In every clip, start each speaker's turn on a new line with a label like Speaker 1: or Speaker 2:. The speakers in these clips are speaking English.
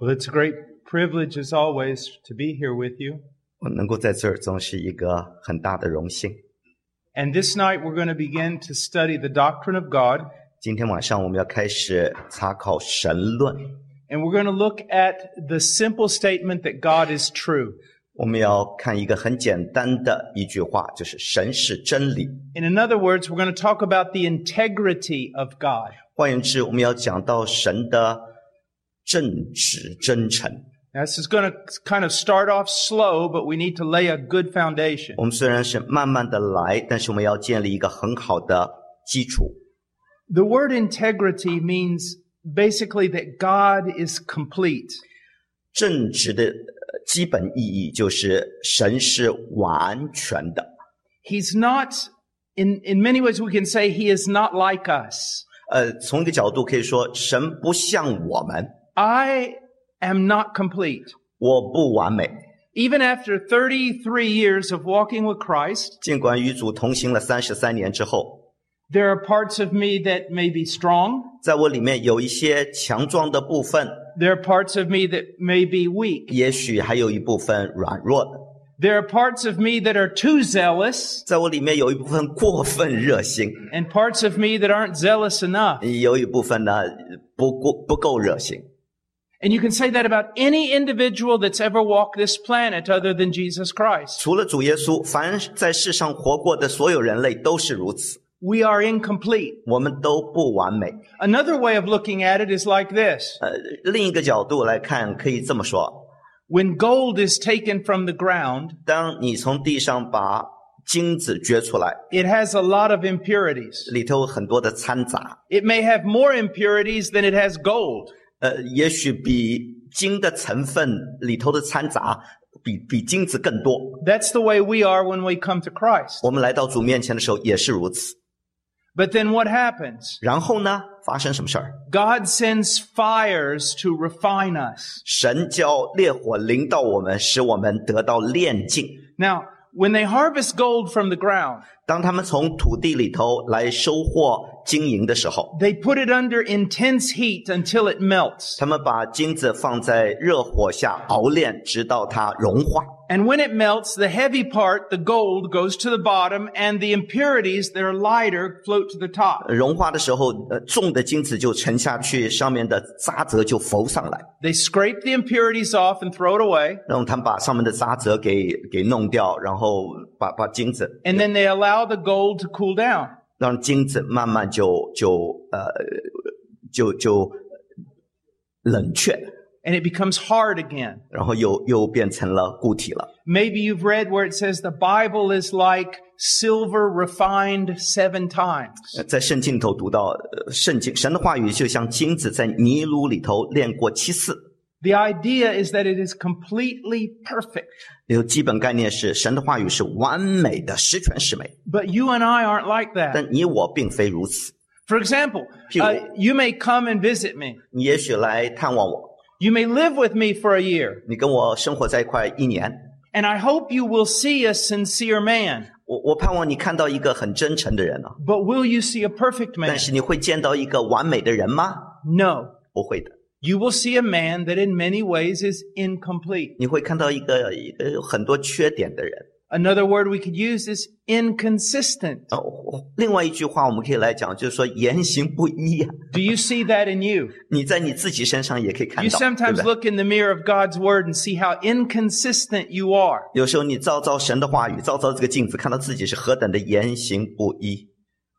Speaker 1: Well, it's a great privilege, as always, to be here with you.
Speaker 2: 我能够在这儿，真是一个很大的荣幸。
Speaker 1: And this night, we're going to begin to study the doctrine of God,
Speaker 2: 今天晚上我们要开始查考神论，
Speaker 1: and we're going to look at the simple statement that God is true.
Speaker 2: 我们要看一个很简单的一句话，就是神是真理。
Speaker 1: And in other words, we're going to talk about the integrity of God.
Speaker 2: 换言之，我们要讲到神的正直真诚。
Speaker 1: Now, this is going to kind of start off slow, but we need to lay a good foundation.
Speaker 2: 我们虽然是慢慢的来，但是我们要建立一个很好的基础。
Speaker 1: The word integrity means basically that God is complete.
Speaker 2: 正直的呃基本意义就是神是完全的，
Speaker 1: He's not, in, in many ways, we can say he is not like us.
Speaker 2: 呃，从一个角度可以说，神不像我们，
Speaker 1: I am not complete.
Speaker 2: 我不完美。
Speaker 1: Even after 33 years of walking with Christ,
Speaker 2: 尽管与主同行了三十三年之后，
Speaker 1: there are parts of me that may be strong.
Speaker 2: 在我里面有一些强壮的部分，
Speaker 1: There are parts of me that may be weak.
Speaker 2: 也许还有一部分软弱的，
Speaker 1: There are parts of me that are too zealous
Speaker 2: 在我里面有一部分过分热心，
Speaker 1: and parts of me that aren't zealous enough.
Speaker 2: 有一部分呢不过不够热心。
Speaker 1: And you can say that about any individual that's ever walked this planet other than Jesus Christ.
Speaker 2: 除了主耶稣，凡在世上活过的所有人类都是如此，
Speaker 1: We are incomplete.
Speaker 2: 我们都不完美。
Speaker 1: Another way of looking at it is like this.
Speaker 2: 呃，另一个角度来看，可以这么说：
Speaker 1: When gold is taken from the ground,
Speaker 2: 当你从地上把金子掘出来，
Speaker 1: it has a lot of impurities.
Speaker 2: 里头有很多的掺杂，
Speaker 1: It may have more impurities than it has gold.
Speaker 2: 呃，也许比金的成分里头的掺杂比比金子更多。
Speaker 1: That's the way we are when we come to Christ.
Speaker 2: 我们来到主面前的时候也是如此。
Speaker 1: But then what happens?
Speaker 2: 然后呢，发生什么事儿？
Speaker 1: God sends fires to refine us.
Speaker 2: 神叫烈火临到我们，使我们得到炼净。
Speaker 1: Now, when they harvest gold from the ground,
Speaker 2: 当他们从土地里头来收获金银的时候，
Speaker 1: they put it under intense heat until it melts.
Speaker 2: 他们把金子放在热火下熬炼，直到它融化。
Speaker 1: And when it melts, the heavy part, the gold, goes to the bottom and the impurities that are lighter float to the top.
Speaker 2: 融化的时候，呃，重的金子就沉下去，上面的渣滓就浮上来，
Speaker 1: They scrape the impurities off and throw it away.
Speaker 2: 然后他们把上面的渣滓给给弄掉，然后把把金子
Speaker 1: And then they allow the gold to cool down.
Speaker 2: 让金子慢慢就就呃就就冷却，
Speaker 1: and it becomes hard again.
Speaker 2: 然后又又变成了固体了。
Speaker 1: Maybe you've read where it says the Bible is like silver refined seven times.
Speaker 2: 呃在圣经里头读到，呃圣经神的话语就像金子在泥炉里头炼过七次。
Speaker 1: The idea is that it is completely perfect,
Speaker 2: 有基本概念是，神的话语是完美的，十全十美。
Speaker 1: but you and I aren't like that.
Speaker 2: 但你我并非如此。
Speaker 1: For example,
Speaker 2: Pew.
Speaker 1: uh, you may come and visit me.
Speaker 2: 你也许来探望我，
Speaker 1: You may live with me for a year,
Speaker 2: 你跟我生活在一块一年，
Speaker 1: and I hope you will see a sincere man.
Speaker 2: 我我盼望你看到一个很真诚的人啊。
Speaker 1: But will you see a perfect
Speaker 2: 但
Speaker 1: man?
Speaker 2: 是你会见到一个完美的人吗？
Speaker 1: No.
Speaker 2: 不会的，
Speaker 1: You will see a man that in many ways is incomplete.
Speaker 2: 你会看到一个一个有很多缺点的人。
Speaker 1: Another word we could use is inconsistent.
Speaker 2: 哦，另外一句话我们可以来讲，就是说言行不一啊。
Speaker 1: Do you see that in you?
Speaker 2: 你在你自己身上也可以看
Speaker 1: You
Speaker 2: 到，对不
Speaker 1: sometimes
Speaker 2: 对？
Speaker 1: look in the mirror of God's word and see how inconsistent you are.
Speaker 2: 有时候你照照神的话语，照照这个镜子，看到自己是何等的言行不一。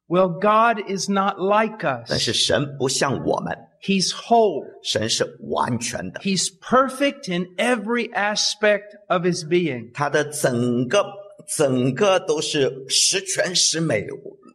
Speaker 1: Well, God is not like
Speaker 2: 但是
Speaker 1: us.
Speaker 2: 神不像我们，
Speaker 1: He's whole.
Speaker 2: 神是完全的，
Speaker 1: He's perfect in every aspect of his being.
Speaker 2: 他的整个整个都是十全十美，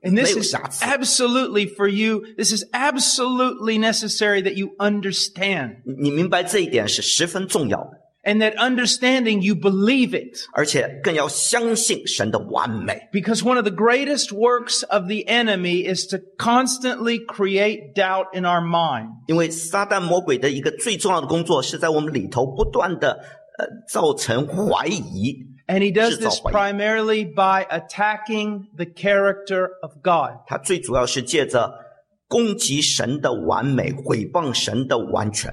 Speaker 1: And
Speaker 2: 没
Speaker 1: this
Speaker 2: 有
Speaker 1: is
Speaker 2: 瑕疵。
Speaker 1: absolutely for you. This is absolutely necessary that you understand.
Speaker 2: 你你明白这一点是十分重要的，
Speaker 1: And that understanding you believe it.
Speaker 2: 而且更要相信神的完美。
Speaker 1: Because one of the greatest works of the enemy is to constantly create doubt in our mind.
Speaker 2: 因为撒旦魔鬼的一个最重要的工作是在我们里头不断的呃造成怀疑，
Speaker 1: And he does
Speaker 2: Just
Speaker 1: this
Speaker 2: all white.
Speaker 1: primarily by attacking the character of God.
Speaker 2: 他最主要是借着攻击神的完美，毁谤神的完全。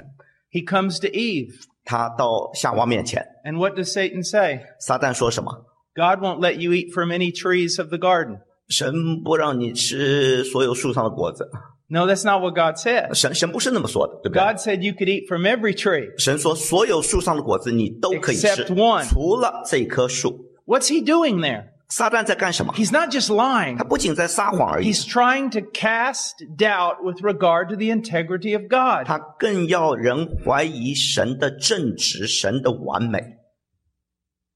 Speaker 1: He comes to Eve.
Speaker 2: 他到夏娃面前，
Speaker 1: And what does Satan say?
Speaker 2: 撒旦说什么？
Speaker 1: God won't let you eat from any trees of the garden.
Speaker 2: 神不让你吃所有树上的果子，
Speaker 1: No, that's not what God said.
Speaker 2: 神神不是那么说的，对不对？
Speaker 1: God said you could eat from every tree.
Speaker 2: 神说所有树上的果子你都可以吃
Speaker 1: Except one
Speaker 2: 除了这棵树。
Speaker 1: What's he doing there?
Speaker 2: 撒旦在干什么？
Speaker 1: He's not just lying.
Speaker 2: 他不仅在撒谎而已，
Speaker 1: He's trying to cast doubt with regard to the integrity of God.
Speaker 2: 他更要人怀疑神的正直、神的完美。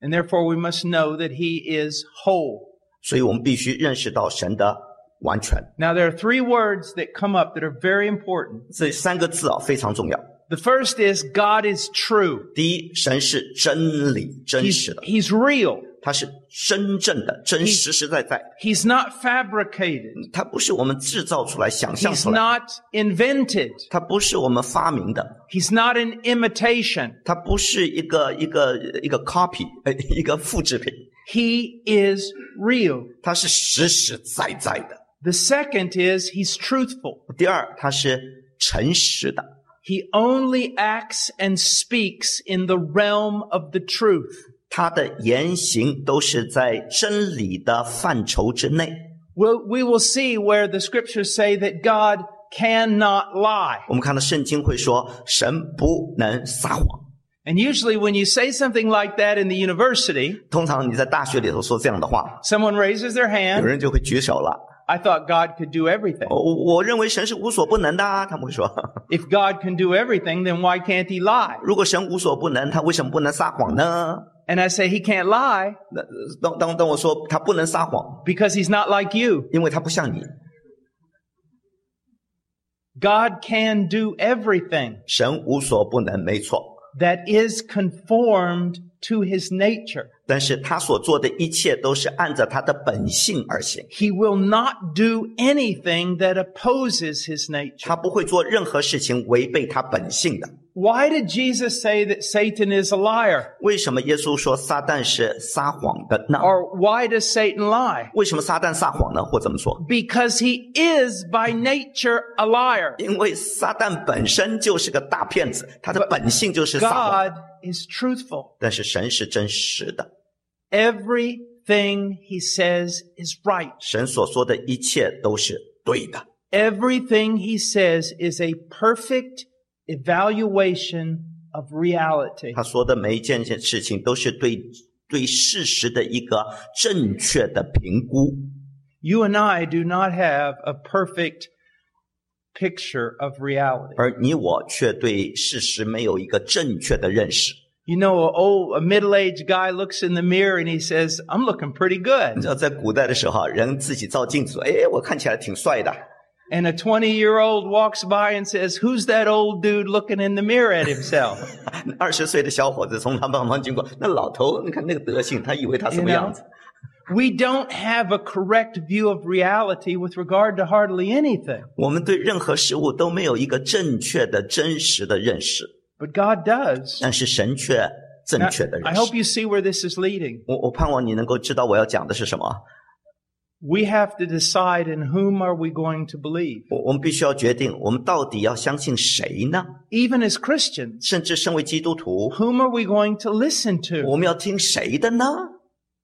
Speaker 1: And therefore we must know that he is whole.
Speaker 2: 所以我们必须认识到神的完全。
Speaker 1: Now there are three words that come up that are very important.
Speaker 2: 这三个字啊非常重要。
Speaker 1: The first is God is true.
Speaker 2: 第一，神是真理、真
Speaker 1: He's,
Speaker 2: 实的，
Speaker 1: he's real.
Speaker 2: 他是真正的、真实实在在的，
Speaker 1: He's not fabricated.
Speaker 2: 他不是我们制造出来、想象
Speaker 1: He's
Speaker 2: 出来，
Speaker 1: not invented.
Speaker 2: 他不是我们发明的，
Speaker 1: He's not an imitation.
Speaker 2: 他不是一个一个一个 copy，呃，一个复制品，
Speaker 1: He is real.
Speaker 2: 他是实实在在的。
Speaker 1: The second is he's truthful.
Speaker 2: 第二，他是诚实的，
Speaker 1: He only acts and speaks in the realm of the truth.
Speaker 2: 他的言行都是在真理的范畴之内。
Speaker 1: We'll, we will see where the scriptures say that God cannot lie.
Speaker 2: 我们看到圣经会说，神不能撒谎。
Speaker 1: And usually when you say something like that in the university,
Speaker 2: 通常你在大学里头说这样的话，
Speaker 1: someone raises their
Speaker 2: 有
Speaker 1: hand.
Speaker 2: 人就会举手了。
Speaker 1: I thought God could do everything.
Speaker 2: 我我认为神是无所不能的、啊，他们会说，
Speaker 1: If God can do everything, then why can't he lie?
Speaker 2: 如果神无所不能，他为什么不能撒谎呢？
Speaker 1: And I say he can't lie
Speaker 2: 那当当当我说他不能撒谎，
Speaker 1: because he's not like you.
Speaker 2: 因为他不像你，
Speaker 1: God can do everything
Speaker 2: 神无所不能，没错。
Speaker 1: that is conformed to his nature.
Speaker 2: 但是他所做的一切都是按照他的本性而行，
Speaker 1: He will not do anything that opposes his nature.
Speaker 2: 他不会做任何事情违背他本性的。
Speaker 1: Why did Jesus say that Satan is a liar?
Speaker 2: 为什么耶稣说撒旦是撒谎的呢？
Speaker 1: Or why does Satan lie?
Speaker 2: 为什么撒旦撒谎呢？或怎么说？
Speaker 1: Because he is by nature a liar.
Speaker 2: 因为撒旦本身就是个大骗子，他的本性就是撒谎。
Speaker 1: God is truthful.
Speaker 2: 但是神是真实的，
Speaker 1: Everything he says is right.
Speaker 2: 神所说的一切都是对的。
Speaker 1: Everything he says is a perfect evaluation of reality.
Speaker 2: 他说的每一件事情都是对对事实的一个正确的评估。
Speaker 1: You and I do not have a perfect picture of reality.
Speaker 2: 而你我却对事实没有一个正确的认识。
Speaker 1: You know, a old, a middle-aged guy looks in the mirror and he says, I'm looking pretty
Speaker 2: 你
Speaker 1: good.
Speaker 2: 知道，在古代的时候啊，人自己照镜子，哎，我看起来挺帅的。
Speaker 1: And a 20-year-old walks by and says, who's that old dude looking in the mirror at himself?
Speaker 2: 二十岁的小伙子从他旁边经过， 那老头，你看那个德行，他以为他什么样子？
Speaker 1: we don't have a correct view of reality with regard to hardly anything,
Speaker 2: 我们对任何事物都没有一个正确的、真实的认识，
Speaker 1: but God does.
Speaker 2: 但是神却正
Speaker 1: Now,
Speaker 2: 确的认
Speaker 1: I
Speaker 2: 识
Speaker 1: hope。you see where this is leading.
Speaker 2: 我我盼望你能够知道我要讲的是什么。啊
Speaker 1: We have to decide in whom are we going to believe.
Speaker 2: 我我们必须要决定，我们到底要相信谁呢？
Speaker 1: Even as Christians,
Speaker 2: 甚至身为基 督徒，
Speaker 1: whom are we going to listen
Speaker 2: 我
Speaker 1: to?
Speaker 2: 们要听谁的呢？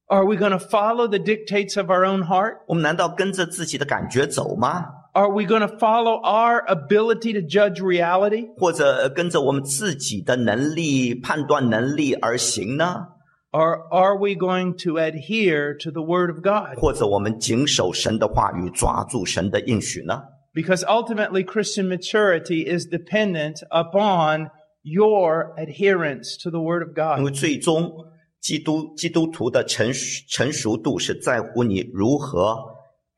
Speaker 1: Are we going to follow the dictates of our own heart?
Speaker 2: 我们难道跟着自己的感觉走吗？
Speaker 1: Are we going to follow our ability to judge reality?
Speaker 2: 或者呃跟着我们自己的能力、判断能力而行呢？
Speaker 1: Or are we going to adhere to the Word of God?
Speaker 2: 或者我们谨守神的话语，抓住神的应许呢？
Speaker 1: Because ultimately Christian maturity is dependent upon your adherence to the Word of God.
Speaker 2: 因为最终基督基督徒的成熟成熟度是在乎你如何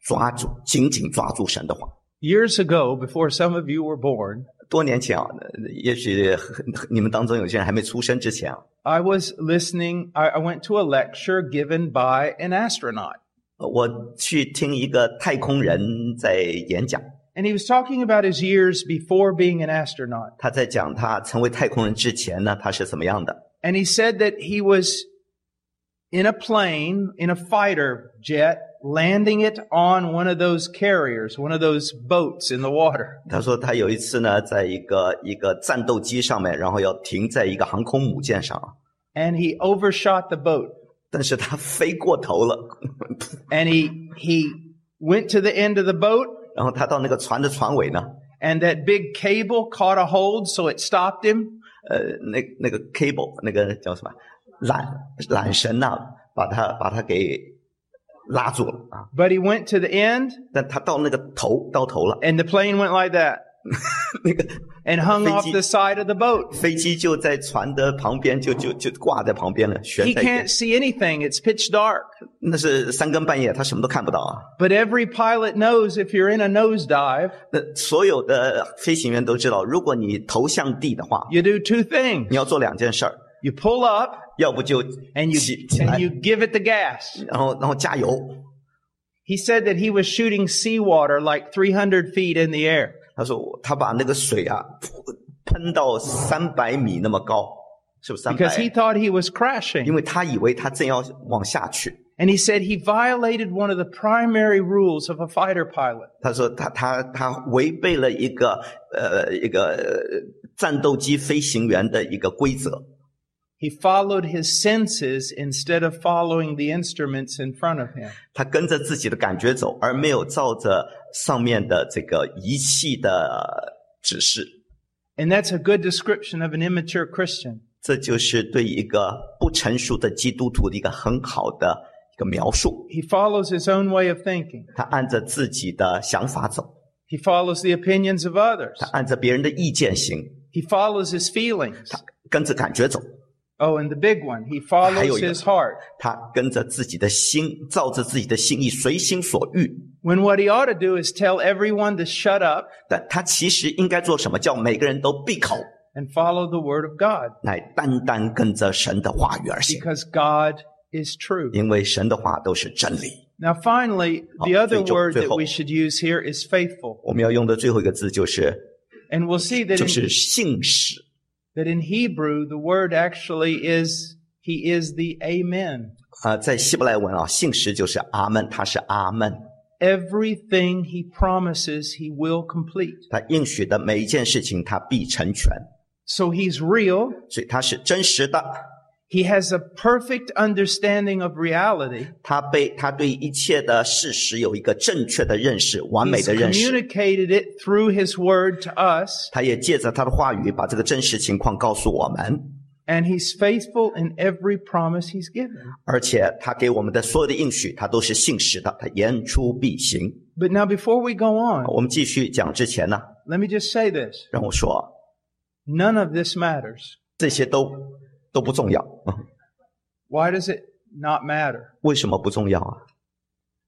Speaker 2: 抓住、紧紧抓住神的话。
Speaker 1: Years ago, before some of you were born,
Speaker 2: 多年前啊，也许你们当中有些人还没出生之前啊，
Speaker 1: I was listening, I, I went to a lecture given by an astronaut.
Speaker 2: 我去听一个太空人在演讲，
Speaker 1: And he was talking about his years before being an astronaut.
Speaker 2: 他在讲他成为太空人之前呢，他是怎么样的。
Speaker 1: And he said that he was in a plane, in a fighter jet, landing it on one of those carriers, one of those boats in the water.
Speaker 2: 他说他有一次呢，在一个一个战斗机上面，然后要停在一个航空母舰上，啊
Speaker 1: And he overshot the boat
Speaker 2: 但是他飞过头了，
Speaker 1: and he, he went to the end of the boat
Speaker 2: 然后他到那个船的船尾呢，
Speaker 1: and that big cable caught a hold. So it stopped him
Speaker 2: 呃，那那个 cable 那个叫什么缆缆绳呐、把他把他给拉住了啊，
Speaker 1: but he went to the end
Speaker 2: 但他到那个头到头了，哎
Speaker 1: and the plane went like that
Speaker 2: 那个
Speaker 1: and hung
Speaker 2: Think
Speaker 1: off
Speaker 2: he-
Speaker 1: the side of the boat.
Speaker 2: 飞机就在船的旁边，就就就挂在旁边了，悬
Speaker 1: He
Speaker 2: 在一边
Speaker 1: can't see anything. It's pitch dark.
Speaker 2: 那是三更半夜，他什么都看不到啊。
Speaker 1: But every pilot knows if you're in a nosedive,
Speaker 2: 那所有的飞行员都知道，如果你头向地的话，
Speaker 1: you do two things.
Speaker 2: 你要做两件事儿，
Speaker 1: You pull up
Speaker 2: 要不就
Speaker 1: and you
Speaker 2: 起起来
Speaker 1: and，you give it the gas.
Speaker 2: 然后然后加油。
Speaker 1: He said that he was shooting seawater like 300 feet in the air.
Speaker 2: 他说他把那个水啊噗喷到三百米那么高，是不是三
Speaker 1: because he
Speaker 2: 百？
Speaker 1: thought he was
Speaker 2: 因
Speaker 1: crashing.
Speaker 2: 为他以为他正要往下去。
Speaker 1: And he said he violated one of the primary rules of a fighter pilot.
Speaker 2: 他说他他他违背了一个呃一个呃战斗机飞行员的一个规则，
Speaker 1: He followed his senses instead of following the instruments in front of him.
Speaker 2: 他跟着自己的感觉走，而没有照着上面的这个仪器的指示。
Speaker 1: And that's a good description of an immature Christian.
Speaker 2: 这就是对一个不成熟的基督徒的一个很好的一个描述。
Speaker 1: He follows his own way of thinking.
Speaker 2: 他按着自己的想法走，
Speaker 1: He follows the opinions of others.
Speaker 2: 他按着别人的意见行，
Speaker 1: He follows his feelings.
Speaker 2: 跟着感觉走，
Speaker 1: Oh, and the big one, he follows
Speaker 2: 还有一个。
Speaker 1: his heart.
Speaker 2: 他跟着自己的心，照着自己的心意，随心所欲。
Speaker 1: When what he ought to do is tell everyone to shut up
Speaker 2: 但他其实应该做什么？叫每个人都闭口，
Speaker 1: and follow the word of God
Speaker 2: 来单单跟着神的话语而行，
Speaker 1: because God is true.
Speaker 2: 因为神的话都是真理。
Speaker 1: Now, finally, the other
Speaker 2: 好，最后-
Speaker 1: word that
Speaker 2: 最后。
Speaker 1: we should use here is faithful.
Speaker 2: 我们要用的最后一个字就是，
Speaker 1: And we'll see that
Speaker 2: 就
Speaker 1: in,
Speaker 2: 是信使。
Speaker 1: that in Hebrew, the word actually is, he is the amen.
Speaker 2: 啊、在希伯来文啊，信实就是阿门，他是阿门。
Speaker 1: Everything he promises, he will complete.
Speaker 2: 他应许的每一件事情，他必成全，
Speaker 1: So he's real.
Speaker 2: 所以他是真实的。
Speaker 1: He has a perfect understanding of reality.
Speaker 2: 他被他对一切的事实有一个正确的认识，完美
Speaker 1: He's
Speaker 2: 的认识。
Speaker 1: communicated it through his word to us,
Speaker 2: 他也借着他的话语把这个真实情况告诉我们，
Speaker 1: and he's faithful in every promise he's given.
Speaker 2: 而且他给我们的所有的应许，他都是信实的，他言出必行。
Speaker 1: But now, before we go on,
Speaker 2: 我们继续讲之前呢，
Speaker 1: let me just say this
Speaker 2: 让我说，
Speaker 1: none of this matters.
Speaker 2: 这些都都不重要、嗯
Speaker 1: Why does it not matter?
Speaker 2: 为什么不重要啊？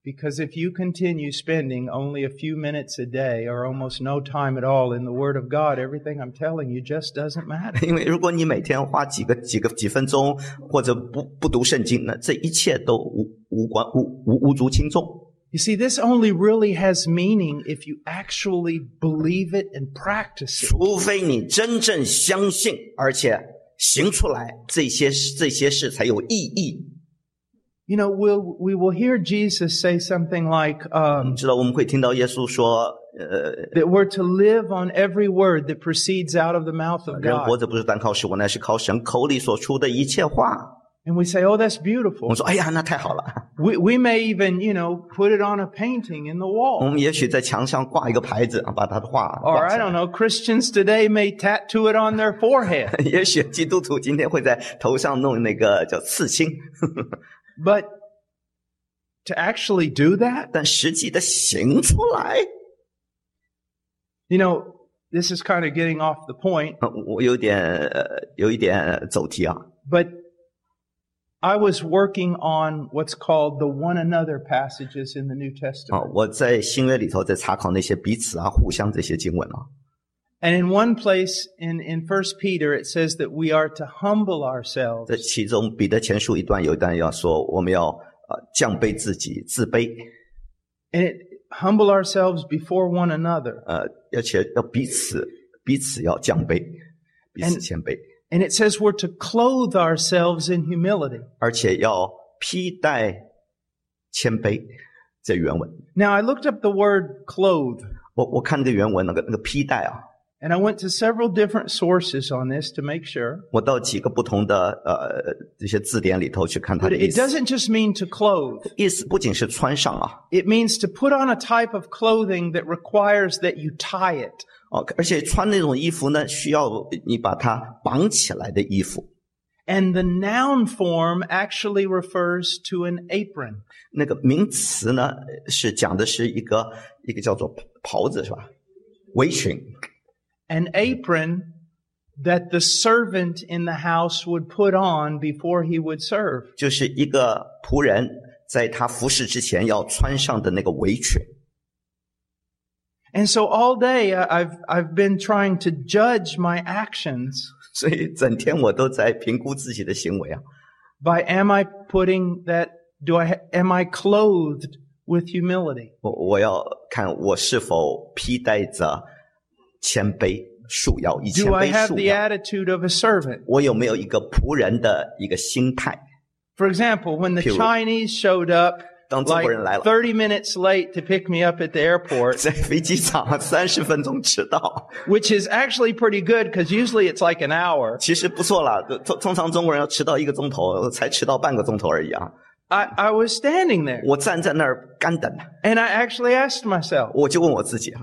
Speaker 1: Because if you continue spending only a few minutes a day or almost no time at all in the Word of God, everything I'm telling you just doesn't matter.
Speaker 2: 因为如果你每天花几个几个几分钟，或者不不读圣经，那这一切都无无关无无无足轻重。
Speaker 1: You see, this only really has meaning if you actually believe it and practice it.
Speaker 2: 除非你真正相信，而且行出来，这些事这些事才有意义。
Speaker 1: You know, we'll, we will hear Jesus say something like,
Speaker 2: 你
Speaker 1: um,
Speaker 2: 知道，我们会听到耶稣说：“呃，
Speaker 1: that we're to live on every word that proceeds out of the mouth of
Speaker 2: 人活
Speaker 1: God.
Speaker 2: 着不是单靠食物，乃是靠神口里所出的一切话。
Speaker 1: And we say, oh, that's ”
Speaker 2: 我
Speaker 1: beautiful.
Speaker 2: 们说：“哎呀，那太好了！
Speaker 1: We, we may even, you know, put it on a painting in the
Speaker 2: 我
Speaker 1: wall.
Speaker 2: 们也许在墙上挂一个牌子，啊把他的话
Speaker 1: Or
Speaker 2: 挂
Speaker 1: I
Speaker 2: 上
Speaker 1: don't。know, Christians today may tattoo it on their forehead.
Speaker 2: 也许基督徒今天会在头上弄那个叫刺青。
Speaker 1: But to actually do that,
Speaker 2: 但实际的行出来，
Speaker 1: you know, this is kind of getting off the point,
Speaker 2: 呃我有点呃有一点走题啊。
Speaker 1: but I was working on what's called the one another passages in the New
Speaker 2: 啊
Speaker 1: Testament.，
Speaker 2: 我在新约里头在查考那些彼此啊、互相这些经文啊。
Speaker 1: And in one place in, in First Peter, it says that we are to humble
Speaker 2: 这
Speaker 1: ourselves
Speaker 2: 其中彼得前书一段有一段要说，我们要呃降卑自己，自卑，
Speaker 1: and it, humble ourselves before one another.
Speaker 2: 呃，而且要彼此彼此要降卑，彼
Speaker 1: And-
Speaker 2: 此谦卑，
Speaker 1: And it says we're to clothe ourselves in humility.
Speaker 2: 而且要披戴谦卑。这原文，
Speaker 1: Now, I looked up the word clothe,
Speaker 2: 我我看这原文那个那个披带啊，
Speaker 1: and I went to several different sources on this to make sure.
Speaker 2: 我到几个不同的呃这些字典里头去看它
Speaker 1: But
Speaker 2: 的意
Speaker 1: it
Speaker 2: 思。
Speaker 1: doesn't just mean to clothe.
Speaker 2: 意思不仅是穿上啊，
Speaker 1: It means to put on a type of clothing that requires that you tie it.
Speaker 2: 哦，而且穿那种衣服呢，需要你把它绑起来的衣服。
Speaker 1: And the noun form actually refers to an apron.
Speaker 2: 那个名词呢，是讲的是一个一个叫做袍子是吧？围裙，
Speaker 1: An apron that the servant in the house would put on before he would serve.
Speaker 2: 就是一个仆人在他服侍之前要穿上的那个围裙。
Speaker 1: And so all day I- I've, I've been trying to judge my actions
Speaker 2: 所以整天我都在评估自己的行为啊，
Speaker 1: by am I putting that, do I, ha- am I clothed with humility?
Speaker 2: 我我要看我是否披戴着谦卑束腰，以谦
Speaker 1: Do I
Speaker 2: 卑
Speaker 1: have
Speaker 2: 束
Speaker 1: the
Speaker 2: 腰。
Speaker 1: attitude of a servant?
Speaker 2: 我有没有一个仆人的一个心态？
Speaker 1: For example, when the
Speaker 2: Period.
Speaker 1: Chinese showed up
Speaker 2: 当中国人来
Speaker 1: like
Speaker 2: 了，
Speaker 1: 30 minutes late to pick me up at the airport,
Speaker 2: 在飞机场三十分钟迟到，
Speaker 1: which is actually pretty good because usually it's like an hour.
Speaker 2: 其实不错啦。通通常中国人要迟到一个钟头，才迟到半个钟头而已啊。
Speaker 1: I, I was standing there
Speaker 2: 我站在那儿干等，啊
Speaker 1: and I actually asked myself,
Speaker 2: 我就问我自己啊，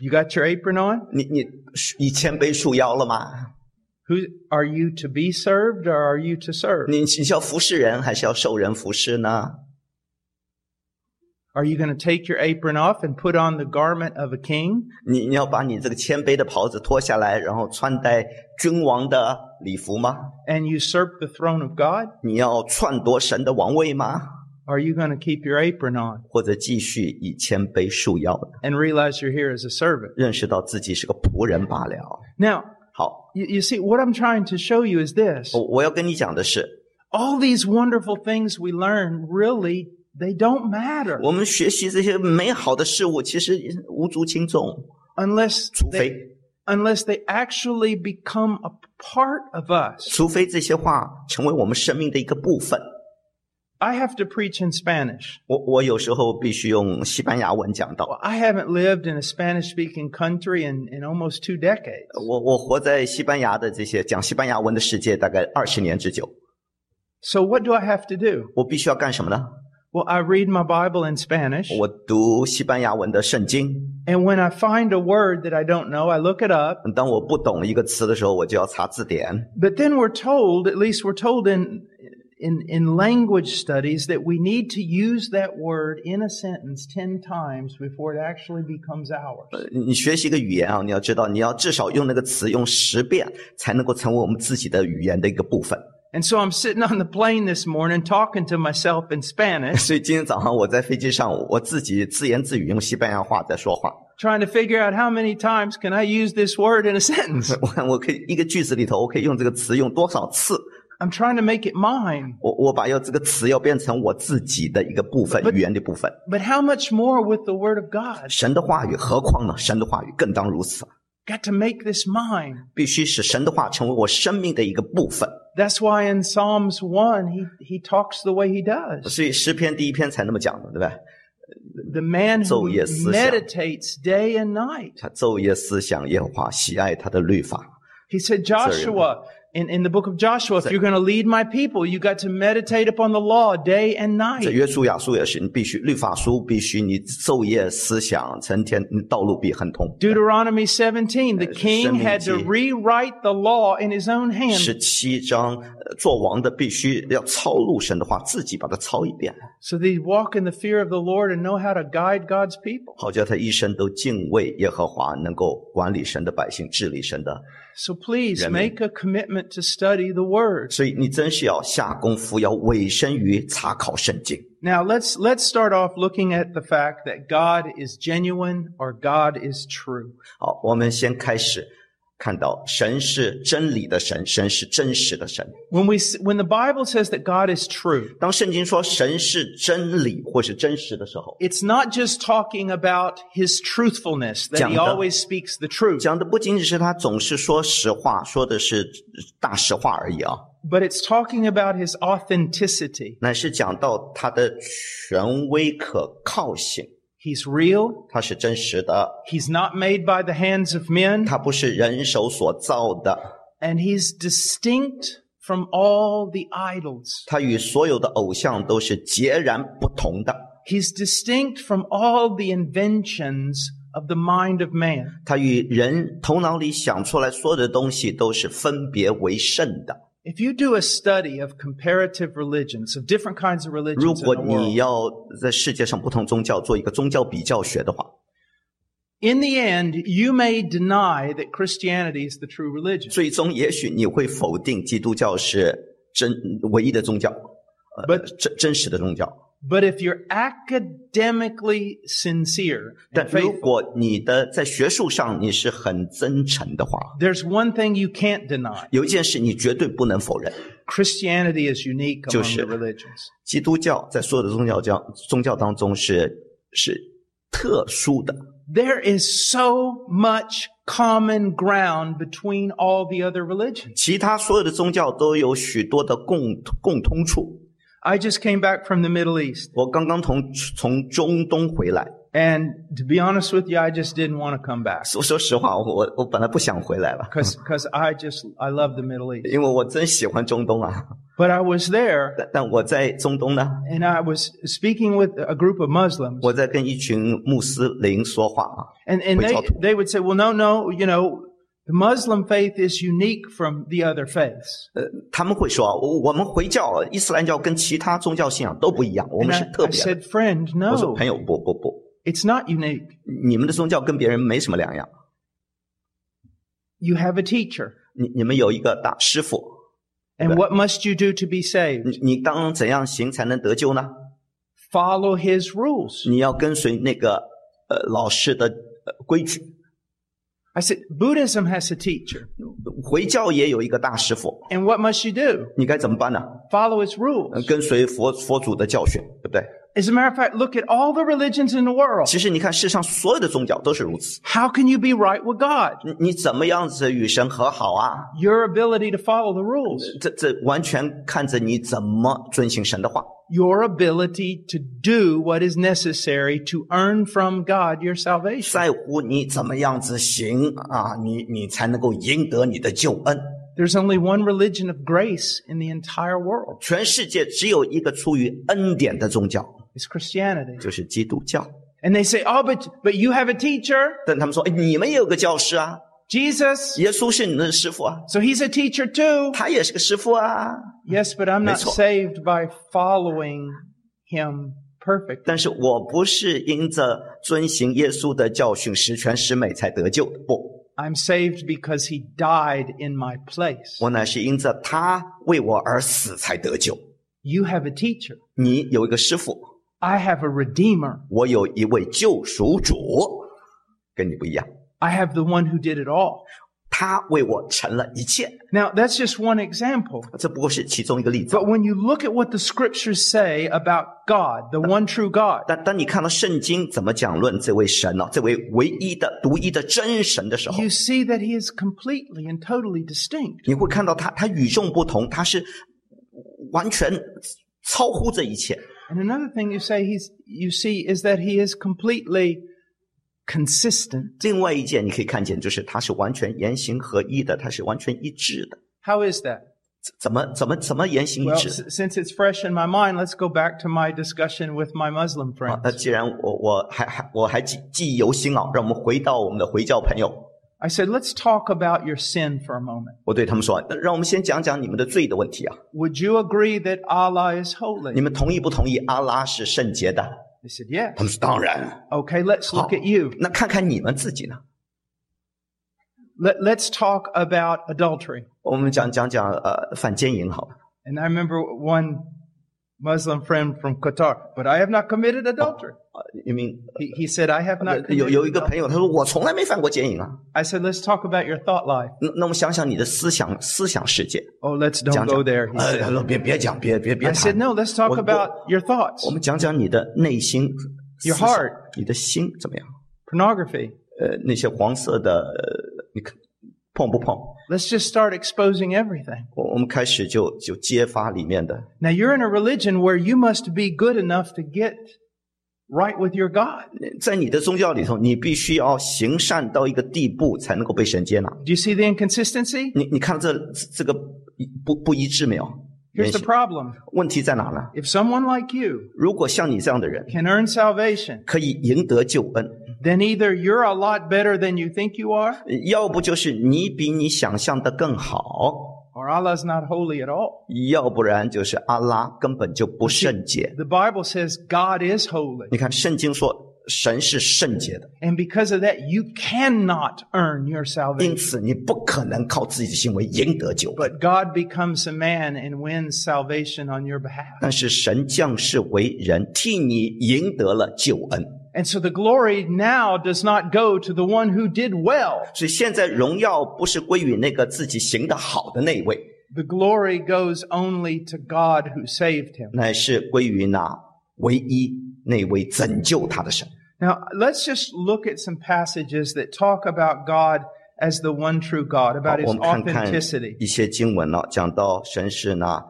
Speaker 1: you got your apron on?
Speaker 2: 你你你谦卑束腰了吗？
Speaker 1: Who are you to be served or are you to serve?
Speaker 2: 你你是要服侍人还是要受人服侍呢？
Speaker 1: Are you going to take your apron off and put on the garment of a king?
Speaker 2: 你你要把你这个谦卑的袍子脱下来，然后穿戴君王的礼服吗？
Speaker 1: and usurp the throne of God?
Speaker 2: 你要篡夺神的王位吗？
Speaker 1: Or are you going to keep your apron on
Speaker 2: 或者继续以谦卑束腰呢，
Speaker 1: and realize you're here as a servant?
Speaker 2: 认识到自己是个仆人罢了？
Speaker 1: Now,
Speaker 2: 好，
Speaker 1: you, you see, what I'm trying to show you is this.
Speaker 2: 我我要跟你讲的是，
Speaker 1: All these wonderful things we learn really, they don't matter
Speaker 2: 我们学习这些美好的事物，其实无足轻重，
Speaker 1: unless
Speaker 2: 除非
Speaker 1: they, unless they actually become a part of us.
Speaker 2: 除非这些话成为我们生命的一个部分。
Speaker 1: I have to preach in Spanish.
Speaker 2: 我我有时候必须用西班牙文讲到，
Speaker 1: Well, I haven't lived in a Spanish speaking country in, in almost two decades.
Speaker 2: 我我活在西班牙的这些讲西班牙文的世界大概二十年之久，
Speaker 1: So what do I have to do?
Speaker 2: 我必须要干什么呢？
Speaker 1: Well, I read my Bible in Spanish.
Speaker 2: 我读西班牙文的圣经，
Speaker 1: And when I find a word that I don't know, I look it up.
Speaker 2: 当我不懂一个词的时候，我就要查字典。
Speaker 1: But then we're told, at least we're told in, in, in language studies, that we need to use that word in a sentence 10 times before it actually becomes ours.
Speaker 2: 你学习一个语言啊，你要知道，你要至少用那个词用十遍，才能够成为我们自己的语言的一个部分。
Speaker 1: And so I'm sitting on the plane this morning talking to myself in Spanish,
Speaker 2: 所以今天早上我在飞机上，我自己自言自语用西班牙话在说话。
Speaker 1: trying to figure out how many times can I use this word in a sentence.
Speaker 2: 我看我可以一个句子里头，我可以用这个词用多少次？
Speaker 1: I'm trying to make it mine.
Speaker 2: 我我把要这个词要变成我自己的一个部分，语言的部分。
Speaker 1: But how much more with the word of God?
Speaker 2: 神的话语，何况呢？神的话语更当如此，
Speaker 1: Got to make this mine.
Speaker 2: 必须使神的话成为我生命的一个部分。
Speaker 1: That's why in Psalms 1, he, he talks the way he does.
Speaker 2: 所以诗篇第一篇才那么讲的，对吧？
Speaker 1: The man who
Speaker 2: 昼夜思想。
Speaker 1: meditates day and night.
Speaker 2: 他昼夜思想耶和华，喜爱他的律法。
Speaker 1: He said, Joshua, in, in the book of Joshua, if you're going to lead my people, you got to meditate upon the law day and
Speaker 2: 这
Speaker 1: night.
Speaker 2: 约书亚书也是，你必须律法书必须你昼夜思想，成天你道路必亨通。
Speaker 1: Deuteronomy 17, the king had to
Speaker 2: 生命记。
Speaker 1: rewrite the law in his own
Speaker 2: 十
Speaker 1: hand
Speaker 2: 七章，呃做王的必须要抄录神的话，自己把它抄一遍，
Speaker 1: so that he'd walk in the fear of the Lord and know how to guide God's people.
Speaker 2: 好叫他一生都敬畏耶和华，能够管理神的百姓，治理神的
Speaker 1: So please
Speaker 2: 人民。
Speaker 1: make a commitment to study the word.
Speaker 2: 所以你真是要下功夫，要委身于查考圣经。
Speaker 1: Now let's, let's start off looking at the fact that God is genuine or God is true.
Speaker 2: 好，我们先开始看到神是真理的神，神是真实的神。
Speaker 1: When we, s- when the Bible says that God is true,
Speaker 2: 当圣经说神是真理或是真实的时候，
Speaker 1: it's not just talking about his truthfulness, that he
Speaker 2: 讲的。
Speaker 1: always speaks the truth.
Speaker 2: 讲的不仅仅是他总是说实话，说的是大实话而已啊。
Speaker 1: but it's talking about his authenticity.
Speaker 2: 乃是讲到他的权威可靠性，
Speaker 1: He's real.
Speaker 2: 它是真实的，
Speaker 1: He's not made by the hands of men.
Speaker 2: 它不是人手所造的，
Speaker 1: And he's distinct from all the idols.
Speaker 2: 它与所有的偶像都是截然不同的，
Speaker 1: He's distinct from all the inventions of the mind of man.
Speaker 2: 它与人头脑里想出来所有的东西都是分别为圣的。
Speaker 1: If you do a study of comparative religions, of different kinds of
Speaker 2: 如
Speaker 1: religions in
Speaker 2: 果
Speaker 1: the
Speaker 2: 你
Speaker 1: world,
Speaker 2: 要在世界上不同宗教做一个宗教比较学的话，
Speaker 1: in the end, you may deny that Christianity is the true religion.
Speaker 2: 最终也许你会否定基督教是真唯一的宗教，呃
Speaker 1: But-
Speaker 2: 真真实的宗教。
Speaker 1: But if you're academically sincere
Speaker 2: 但
Speaker 1: and
Speaker 2: 如
Speaker 1: faithful,
Speaker 2: 果你的在学术上你是很真诚的话，
Speaker 1: there's one thing you can't deny.
Speaker 2: 有一件事你绝对不能否认：
Speaker 1: Christianity is unique among
Speaker 2: 就是。
Speaker 1: the religions.
Speaker 2: 基督教在所有的宗教教宗教当中是是特殊的，
Speaker 1: There is so much common ground between all the other religions.
Speaker 2: 其他所有的宗教都有许多的共共通处。
Speaker 1: I just came back from the Middle East,
Speaker 2: 我刚刚从从中东回来，
Speaker 1: and to be honest with you, I just didn't want to come back
Speaker 2: 说说实话，我我本来不想回来了，
Speaker 1: because I just I love the Middle East.
Speaker 2: 因为我真喜欢中东啊。
Speaker 1: But I was there,
Speaker 2: 但但我在中东呢，
Speaker 1: and I was speaking with a group of Muslims,
Speaker 2: 我在跟一群穆斯林说话啊，
Speaker 1: and and they
Speaker 2: Wait,
Speaker 1: they would say, "Well, no, no, you know." The Muslim faith is unique from the other faiths.
Speaker 2: 呃，他们会说啊，我我们回教、伊斯兰教跟其他宗教信仰都不一样，我
Speaker 1: And
Speaker 2: 们是
Speaker 1: I,
Speaker 2: 特
Speaker 1: I
Speaker 2: 别的。
Speaker 1: said, friend,
Speaker 2: 我说
Speaker 1: no,
Speaker 2: 朋友，不不不，
Speaker 1: it's not unique.
Speaker 2: 你们的宗教跟别人没什么两样。
Speaker 1: You have a teacher.
Speaker 2: 你你们有一个大师傅，
Speaker 1: And
Speaker 2: Okay.
Speaker 1: what must you do to be saved?
Speaker 2: 你你当怎样行才能得救呢？
Speaker 1: Follow his rules.
Speaker 2: 你要跟随那个呃老师的、呃、规矩。
Speaker 1: I said, Buddhism has a teacher.
Speaker 2: 回教也有一个大师傅，
Speaker 1: And what must you do?
Speaker 2: 你该怎么办呢？
Speaker 1: Follow his
Speaker 2: 呃
Speaker 1: rules.
Speaker 2: 跟随佛佛祖的教训，对不对？
Speaker 1: As a matter of fact, look at all the religions in the world.
Speaker 2: 其实你看，世上所有的宗教都是如此。
Speaker 1: How can you be right with God?
Speaker 2: 你你怎么样子与神和好啊？
Speaker 1: Your ability to follow the rules,
Speaker 2: 这这完全看着你怎么遵行神的话，
Speaker 1: your ability to do what is necessary to earn from God your salvation.
Speaker 2: 在乎你怎么样子行啊，你你才能够赢得你的救恩。
Speaker 1: There's only one religion of grace in the entire world.
Speaker 2: 全世界只有一个出于恩典的宗教，
Speaker 1: It's Christianity.
Speaker 2: 就是基督教。
Speaker 1: And they say, oh, but, but you have a teacher,
Speaker 2: 但他们说，哎，你们也有个教师啊，
Speaker 1: Jesus.
Speaker 2: 耶稣是你们的师傅啊，
Speaker 1: So he's a teacher too.
Speaker 2: 他也是个师傅啊。
Speaker 1: Yes, but I'm not
Speaker 2: 没错。
Speaker 1: saved by following him perfectly.
Speaker 2: 但是我不是因着遵行耶稣的教训十全十美才得救的，不，
Speaker 1: I'm saved because he died in my place.
Speaker 2: 我乃是因着他为我而死才得救。
Speaker 1: You have a teacher.
Speaker 2: 你有一个师傅，
Speaker 1: I have a redeemer.
Speaker 2: 我有一位救赎主，跟你不一样，
Speaker 1: I have the one who did it all.
Speaker 2: 他为我成了一切。
Speaker 1: Now, that's just one example.
Speaker 2: 这不过是其中一个例子。
Speaker 1: But when you look at what the scriptures say about God, the one true God,
Speaker 2: 但当你看到圣经怎么讲论这位神呢、这位唯一的、独一的真神的时候
Speaker 1: you，see that he is completely and totally distinct.
Speaker 2: 你会看到他，他与众不同，他是完全超乎这一切。
Speaker 1: And another thing you say he's, you see is that he is completely consistent.
Speaker 2: 另外一件你可以看见，就是他是完全言行合一的，他是完全一致的。
Speaker 1: How is that?
Speaker 2: 怎怎么怎么怎么言行一
Speaker 1: Well,
Speaker 2: 致？
Speaker 1: s- since it's fresh in my mind, let's go back to my discussion with my Muslim
Speaker 2: 啊那
Speaker 1: friends.
Speaker 2: 既然我我还还我还记记忆犹新啊，让我们回到我们的回教朋友。
Speaker 1: I said, let's talk about your sin for a moment.
Speaker 2: 我对他们说：“那让我们先讲讲你们的罪的问题啊，
Speaker 1: Would you agree that Allah is
Speaker 2: 你
Speaker 1: holy?
Speaker 2: 们同意不同意阿拉是圣洁的
Speaker 1: They said, yeah.？”
Speaker 2: 他们说：“当然。
Speaker 1: Okay, let's look
Speaker 2: Oh.
Speaker 1: at you. ”
Speaker 2: 那看看你们自己呢？
Speaker 1: Let, let's talk about adultery.
Speaker 2: 我们讲讲讲呃反奸淫好了。
Speaker 1: And I remember one Muslim friend from Qatar, but I have not committed adultery.
Speaker 2: 呃因为
Speaker 1: He, he said, I have
Speaker 2: 呃
Speaker 1: not
Speaker 2: 有
Speaker 1: committed
Speaker 2: 有一个朋
Speaker 1: adultery.
Speaker 2: 友他说：“我从来没犯过奸淫啊。
Speaker 1: I said, let's talk about your thought life.
Speaker 2: 那”那我们想想你的思想思想世界。
Speaker 1: Oh, let's don't
Speaker 2: 讲
Speaker 1: go
Speaker 2: 讲
Speaker 1: there. He
Speaker 2: 呃，
Speaker 1: said.
Speaker 2: 他说别别讲，别别别
Speaker 1: I said,
Speaker 2: 谈。
Speaker 1: no, let's talk
Speaker 2: Well,
Speaker 1: about your thoughts.
Speaker 2: 我们讲讲你的内心
Speaker 1: Your
Speaker 2: 思想
Speaker 1: heart
Speaker 2: 你的心怎么样？
Speaker 1: Pornography.
Speaker 2: 呃，那些黄色的，呃你看碰不碰？
Speaker 1: Let's just start exposing everything.
Speaker 2: 我我们开始就就揭发里面的。
Speaker 1: Now you're in a religion where you must be good enough to get right with your God.
Speaker 2: 在你的宗教里头，你必须要行善到一个地步，才能够被神接纳。
Speaker 1: Do you see the inconsistency?
Speaker 2: 你你看这这个不不一致没有？
Speaker 1: Here's the
Speaker 2: 原先
Speaker 1: problem.
Speaker 2: 问题在哪呢？
Speaker 1: If someone like you
Speaker 2: 如果像你这样的人
Speaker 1: can earn salvation,
Speaker 2: 可以赢得救恩，
Speaker 1: then either you're a lot better than you think you are,
Speaker 2: 要不就是你比你想象的更好，
Speaker 1: or Allah's not holy at all.
Speaker 2: 要不然就是阿拉根本就不圣洁。
Speaker 1: The Bible says God is holy.
Speaker 2: 你看，圣经说神是圣洁的，
Speaker 1: And because of that, you cannot earn your
Speaker 2: 因
Speaker 1: salvation.
Speaker 2: 此你不可能靠自己的行为赢得救恩。
Speaker 1: But God becomes a man and wins salvation on your behalf.
Speaker 2: 但是神降世为人，替你赢得了救恩。
Speaker 1: And so the glory now does not go to the one who did well.
Speaker 2: 所以现在荣耀不是归于那个自己行得好的那一位，
Speaker 1: The glory goes only to God who saved him.
Speaker 2: 乃是归于那唯一那位拯救他的神。
Speaker 1: Now, let's just look at some passages that talk about God as the one true God,
Speaker 2: 好
Speaker 1: about his
Speaker 2: 我们看看
Speaker 1: authenticity.
Speaker 2: 一些经文呢、讲到神是那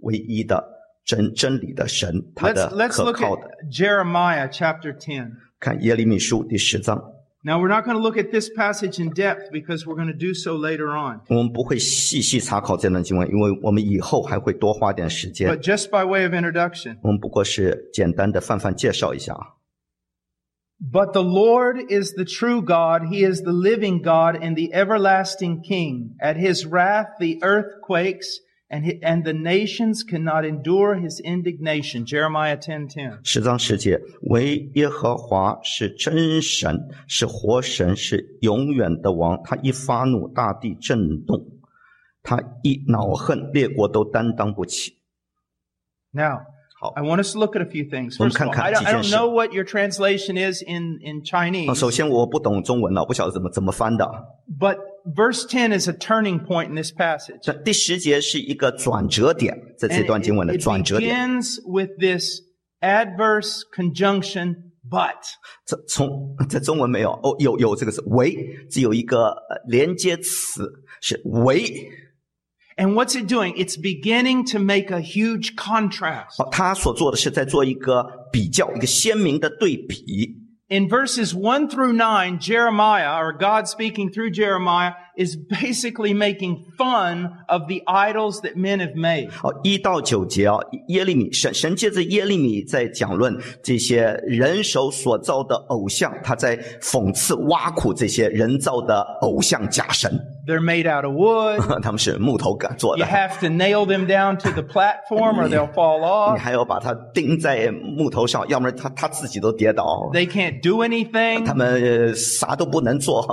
Speaker 2: 唯一的真真理的神，他
Speaker 1: Let's,
Speaker 2: 的
Speaker 1: let's
Speaker 2: 可
Speaker 1: look at
Speaker 2: 靠的。
Speaker 1: Jeremiah chapter 10.
Speaker 2: 看耶利米书第十章，
Speaker 1: Now, we're not going to look at this passage in depth because we're going to do so later on.
Speaker 2: 我们不会细细查考这段经文，因为我们以后还会多花点时间
Speaker 1: But。just by way of introduction,
Speaker 2: 我们不过是简单的泛泛介绍一下啊。
Speaker 1: But the Lord is the true God. He is the living God and the everlasting King. At his wrath, the earth quakes and, hi- and the nations cannot endure his indignation. Jeremiah 10:10.
Speaker 2: 十章十节，唯耶和华是真神，是活神，是永远的王。他一发怒，大地震动；他一恼恨，列国都担当不起。
Speaker 1: Now,
Speaker 2: 好
Speaker 1: I want us to look at a few things.
Speaker 2: 我们
Speaker 1: First of all,
Speaker 2: 看看
Speaker 1: I don't, I don't
Speaker 2: 几件事。
Speaker 1: know what your translation is in, in
Speaker 2: 啊
Speaker 1: Chinese,
Speaker 2: 首先我不懂中文了，我不晓得怎么怎么翻的。啊
Speaker 1: but verse 10 is a turning point in this passage.
Speaker 2: 这第十节是一个转折点，在这
Speaker 1: And
Speaker 2: 段
Speaker 1: it,
Speaker 2: 经文的
Speaker 1: it
Speaker 2: 转折点。
Speaker 1: begins with this adverse conjunction, but.
Speaker 2: 这从在中文没有哦，有有这个是为，只有一个呃连接词是为。
Speaker 1: And what's it doing? It's beginning to make a huge contrast.
Speaker 2: 哦，他所做的是在做一个比较，一个鲜明的对比。
Speaker 1: In verses 1 through 9, Jeremiah, or God speaking through Jeremiah, is basically making fun of the idols that men have made.
Speaker 2: 哦，一到九节啊，耶利米神神借着耶利米在讲论这些人手所造的偶像，他在讽刺挖苦这些人造的偶像假神，
Speaker 1: They're made out of wood.
Speaker 2: 他们是木头干做
Speaker 1: You
Speaker 2: 的。
Speaker 1: have to nail them down to the platform or they'll fall
Speaker 2: 你
Speaker 1: off.
Speaker 2: 还要把它钉在木头上，要不然他他自己都跌倒，
Speaker 1: They can't do anything.
Speaker 2: 他们呃啥都不能做。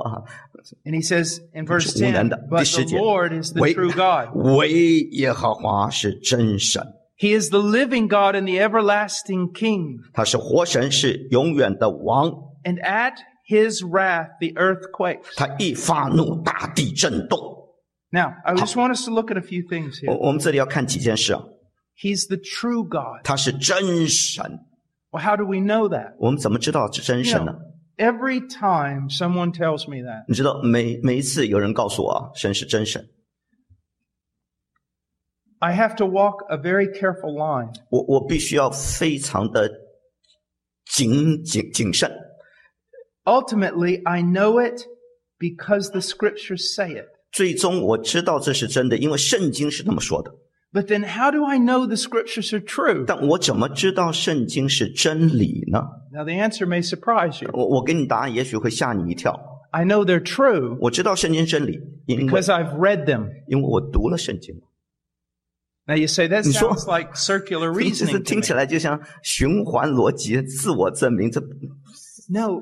Speaker 1: And he says in verse
Speaker 2: 是无能
Speaker 1: 10,
Speaker 2: 的。第
Speaker 1: but
Speaker 2: 十
Speaker 1: the
Speaker 2: 节，
Speaker 1: Lord is the
Speaker 2: 唯
Speaker 1: true God.
Speaker 2: 唯耶和华是真神，
Speaker 1: He is the living God and the everlasting King.
Speaker 2: 他是活神，是永远的王。
Speaker 1: And at his wrath, the earth quakes.
Speaker 2: 他一发怒，大地震动。
Speaker 1: Now, I just want us to look at a few things
Speaker 2: 我
Speaker 1: here.
Speaker 2: 我们这里要看几件事啊，
Speaker 1: He's the true God.
Speaker 2: 他是真神，
Speaker 1: Well, how do we know that?
Speaker 2: 我们怎么知道是真
Speaker 1: You
Speaker 2: 神呢
Speaker 1: know,？every time someone tells me that,
Speaker 2: 你知道每每一次有人告诉我啊，神是真神，
Speaker 1: I have to walk a very careful line
Speaker 2: 我我必须要非常的谨谨谨慎。
Speaker 1: Ultimately, I know it because the scriptures say it.
Speaker 2: 最终我知道这是真的，因为圣经是这么说的。
Speaker 1: But then how do I know the scriptures are true?
Speaker 2: 但我怎么知道圣经是真理呢？
Speaker 1: Now the answer may surprise you.
Speaker 2: 我我给你答案，也许会吓你一跳。
Speaker 1: I know they're true
Speaker 2: 我知道圣经真理，因为
Speaker 1: because I've read them.
Speaker 2: 因为我读了圣经。
Speaker 1: Now you say that
Speaker 2: 你说-
Speaker 1: sounds like circular
Speaker 2: 这
Speaker 1: reasoning.
Speaker 2: 听
Speaker 1: to
Speaker 2: 起
Speaker 1: me.
Speaker 2: 来就像循环逻辑、自我证明。这
Speaker 1: No,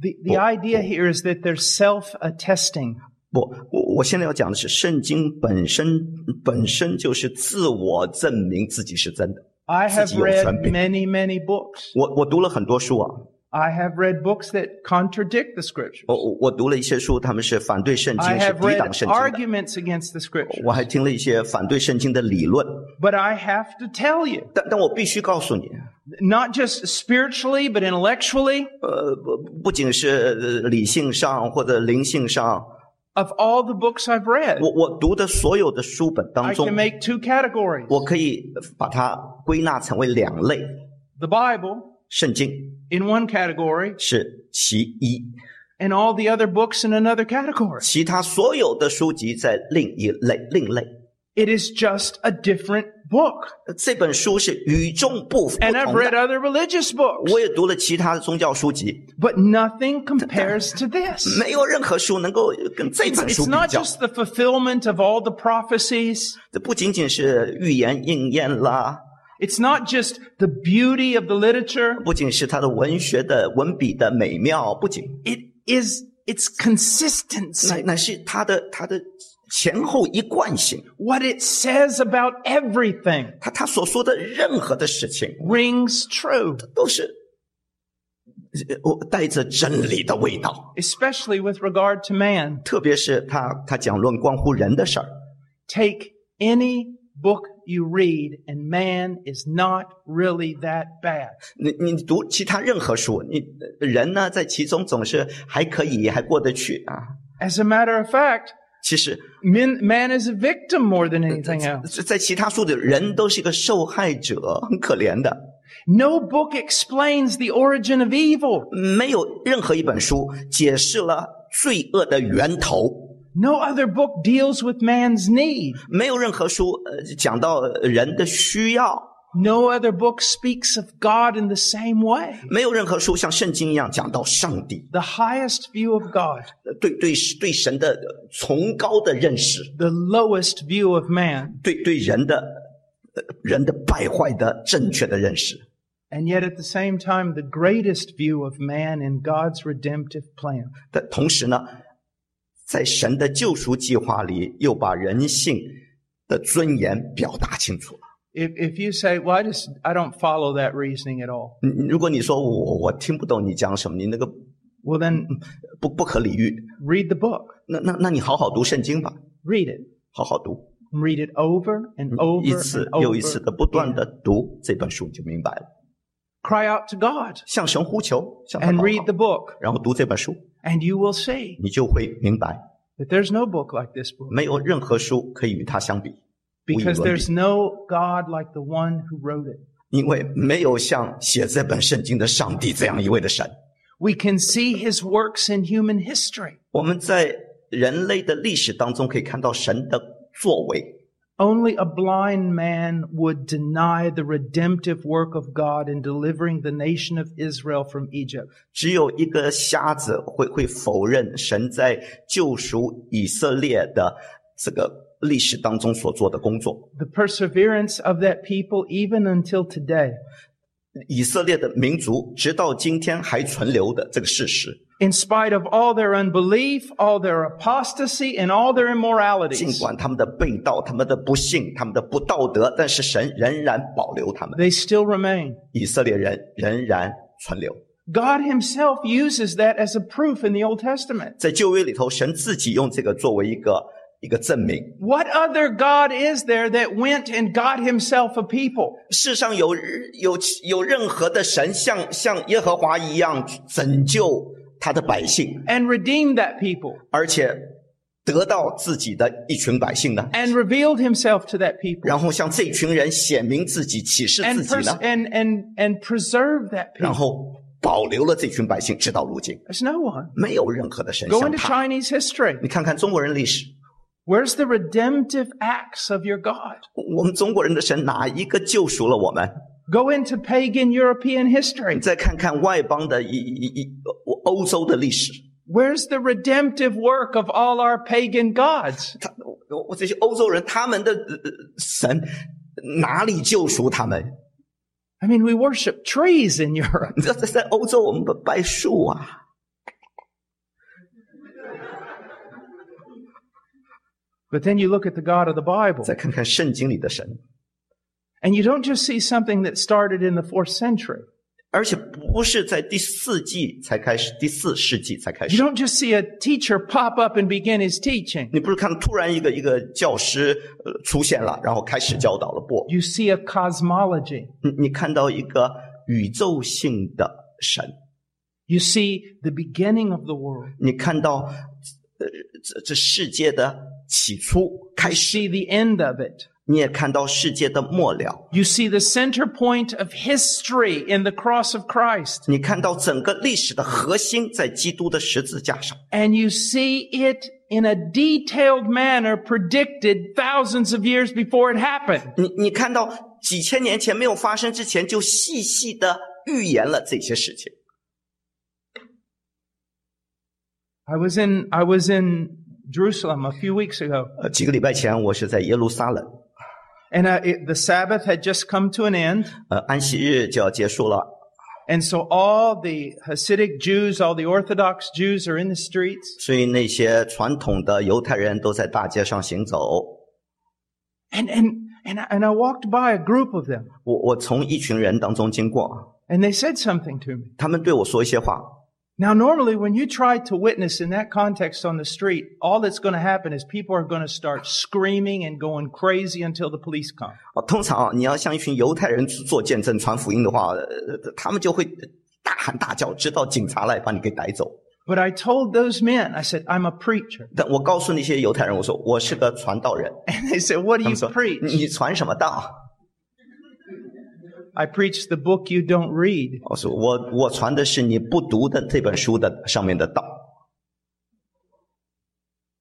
Speaker 1: the, the idea here is that they're self-attesting.
Speaker 2: 不，我我现在要讲的是，圣经本身本身就是自我证明自己是真的。
Speaker 1: I have
Speaker 2: 自己有
Speaker 1: read
Speaker 2: 权柄。
Speaker 1: many, many books.
Speaker 2: 我我读了很多书啊，
Speaker 1: I have read books that contradict the scriptures.
Speaker 2: 我我我读了一些书，他们是反对圣经
Speaker 1: I，
Speaker 2: 是
Speaker 1: have
Speaker 2: 抵
Speaker 1: read
Speaker 2: 挡圣经的。
Speaker 1: arguments against the scriptures.
Speaker 2: 我还听了一些反对圣经的理论，
Speaker 1: But I have to tell you,
Speaker 2: 但但我必须告诉你，
Speaker 1: not just spiritually, but
Speaker 2: 呃
Speaker 1: intellectually,
Speaker 2: 呃，不不仅是呃理性上或者灵性上，
Speaker 1: Of all the books I've read,
Speaker 2: 我我读的所有的书本当
Speaker 1: I
Speaker 2: 中
Speaker 1: can，make two categories
Speaker 2: 我可以把它归纳成为两类：
Speaker 1: the Bible
Speaker 2: 圣经
Speaker 1: in one category,
Speaker 2: 是其一，
Speaker 1: and all the other books in another category.
Speaker 2: 其他所有的书籍在另一类。另类
Speaker 1: It is just a different book.
Speaker 2: 这本书是与众不不
Speaker 1: And I've
Speaker 2: 同
Speaker 1: read
Speaker 2: 的。
Speaker 1: other religious books,
Speaker 2: 我也读了其他的宗教书籍，
Speaker 1: but nothing compares to this.
Speaker 2: 没有任何书能够跟这本书
Speaker 1: It's
Speaker 2: 比
Speaker 1: not
Speaker 2: 较。
Speaker 1: just the fulfillment of all the prophecies.
Speaker 2: 这不仅仅是预言应验啦，
Speaker 1: It's not just the beauty of the literature.
Speaker 2: 不仅是它的文学的文笔的美妙，不仅
Speaker 1: It is its
Speaker 2: 乃
Speaker 1: consistency,
Speaker 2: 乃是它的它的前后一贯性，
Speaker 1: what it says about everything
Speaker 2: 它它所说的任何的事情
Speaker 1: rings true,
Speaker 2: 都是呃我带着真理的味道，
Speaker 1: especially with regard to man.
Speaker 2: 特别是他他讲论关乎人的事儿。
Speaker 1: Take any book you read and man is not really that bad.
Speaker 2: 你你读其他任何书，你人呢在其中总是还可以，还过得去啊。
Speaker 1: As a matter of fact,
Speaker 2: 其实
Speaker 1: men, man is a victim more than anything else.
Speaker 2: 在在其他书里，人都是一个受害者，很可怜的。
Speaker 1: No book explains the origin of evil.
Speaker 2: 没有任何一本书解释了罪恶的源头，
Speaker 1: No other book deals with man's need.
Speaker 2: 没有任何书呃讲到人的需要，
Speaker 1: No other book speaks of God in the same way.
Speaker 2: 没有任何书像圣经一样讲到上帝
Speaker 1: The highest view of God,
Speaker 2: 呃对对对神的呃崇高的认识，
Speaker 1: the lowest view of man.
Speaker 2: 对对人的呃人的败坏的正确的认识。
Speaker 1: And yet at the same time, the greatest view of man in God's redemptive plan.
Speaker 2: 但同时呢，在神的救赎计划里，又把人性的尊严表达清楚了。
Speaker 1: If, if you say, well, I just, I don't follow that reasoning at all.
Speaker 2: 嗯如果你说我我听不懂你讲什么，你那个
Speaker 1: Well, then
Speaker 2: 不不可理喻，
Speaker 1: read the book,
Speaker 2: 那那那你好好读圣经吧，
Speaker 1: read it,
Speaker 2: 好好读，
Speaker 1: and read it over and over
Speaker 2: 一次
Speaker 1: and over.
Speaker 2: 又一次的不断
Speaker 1: again.
Speaker 2: 的读这本书，你就明白了。
Speaker 1: Cry out to God
Speaker 2: 向神呼求，向
Speaker 1: and
Speaker 2: 他祷告
Speaker 1: read the book,
Speaker 2: 然后读这本书，
Speaker 1: and you will see
Speaker 2: 你就会明白，
Speaker 1: that there's no book like this book
Speaker 2: 没有任何书可以与它相比，
Speaker 1: because
Speaker 2: we will be-
Speaker 1: there's no God like the one who wrote it.
Speaker 2: 因为没有像写这本圣经的上帝这样一位的神。
Speaker 1: We can see his works in human history.
Speaker 2: 我们在人类的历史当中可以看到神的作为，
Speaker 1: Only a blind man would deny the redemptive work of God in delivering the nation of Israel from Egypt.
Speaker 2: 只有一个瞎子会会否认神在救赎以色列的这个历史当中所做的工作。
Speaker 1: The perseverance of that people, even until today,
Speaker 2: 以色列的民族直到今天还存留的这个事实，
Speaker 1: in spite of all their unbelief, all their apostasy, and all their
Speaker 2: 尽
Speaker 1: immoralities,
Speaker 2: 管他们的被盗、他们的不幸、他们的不道德，但是神仍然保留他们，
Speaker 1: they still remain.
Speaker 2: 以色列人仍然存留。
Speaker 1: God himself uses that as a proof in the Old Testament.
Speaker 2: 在旧约里头，神自己用这个作为一个一个证明。
Speaker 1: What other God is there that went and got himself a people?
Speaker 2: 世上有有有任何的神像像耶和华一样拯救他的百姓，
Speaker 1: and redeemed that people
Speaker 2: 而且得到自己的一群百姓呢？
Speaker 1: and revealed himself to that people
Speaker 2: 然后向这群人显明自己、启示自
Speaker 1: and
Speaker 2: 己
Speaker 1: pers-
Speaker 2: 呢？
Speaker 1: and and and preserve that
Speaker 2: 然
Speaker 1: people.
Speaker 2: 后保留了这群百姓，直到如今，
Speaker 1: There's no one.
Speaker 2: 没有任何的神
Speaker 1: Go
Speaker 2: 像
Speaker 1: into
Speaker 2: 他。
Speaker 1: Chinese history.
Speaker 2: 你看看中国人历史，
Speaker 1: Where's the redemptive acts of your God?
Speaker 2: 我们中国人的神哪一个救赎了我们？
Speaker 1: Go into pagan European
Speaker 2: 你
Speaker 1: history.
Speaker 2: 再看看外邦的一一一欧洲的历史，
Speaker 1: Where's the redemptive work of all our pagan gods?
Speaker 2: 他我我这些欧洲人，他们的呃神哪里救赎他们？
Speaker 1: I mean, we worship trees in Europe.
Speaker 2: 你知道在在欧洲我们不拜树啊，
Speaker 1: But then you look at the God of the Bible
Speaker 2: 再看看圣经里的神，
Speaker 1: and you don't just see something that started in the fourth century.
Speaker 2: 而且不是在第四纪才开始，第四世纪才开
Speaker 1: You
Speaker 2: 始。
Speaker 1: don't just see a teacher pop up and begin his teaching.
Speaker 2: 你不是看突然一个一个教师呃出现了，然后开始教导了不？
Speaker 1: you see a cosmology.
Speaker 2: 你你看到一个宇宙性的神，
Speaker 1: You see the beginning of the world.
Speaker 2: 你看到呃这这世界的起初开
Speaker 1: You
Speaker 2: 始，
Speaker 1: see the end of it.
Speaker 2: 你也看到世界的末了，
Speaker 1: You see the center point of history in the cross of Christ.
Speaker 2: 你看到整个历史的核心在基督的十字架上，
Speaker 1: And you see it in a detailed manner predicted thousands of years before it happened.
Speaker 2: 你你看到几千年前没有发生之前就细细的预言了这些事情。
Speaker 1: I was in, I was in Jerusalem a few weeks ago
Speaker 2: 呃，几个礼拜前我是在耶路撒冷，
Speaker 1: and uh, it, the Sabbath had just come to an end.
Speaker 2: 呃，安息日就要结束了，
Speaker 1: And so all the Hasidic Jews, all the Orthodox Jews are in the streets.
Speaker 2: 所以那些传统的犹太人都在大街上行走。
Speaker 1: And, and, and I, and I walked by a group of them
Speaker 2: 我我从一群人当中经过，
Speaker 1: and they said something to me.
Speaker 2: 他们对我说一些话。
Speaker 1: Now, normally when you try to witness in that context on the street, all that's going to happen is people are going to start screaming and going crazy until the police come.
Speaker 2: 啊，通常啊，你要向一群犹太人做见证、传福音的话，呃他们就会大喊大叫，直到警察来把你给逮走。
Speaker 1: But I told those men, I said, I'm a preacher.
Speaker 2: 但我告诉那些犹太人，我说我是个传道人。
Speaker 1: And they said, What do
Speaker 2: 他
Speaker 1: you
Speaker 2: 们说
Speaker 1: preach?
Speaker 2: 你你传什么道？
Speaker 1: I preach the book you don't read.
Speaker 2: 我说我我传的是你不读的这本书的上面的道。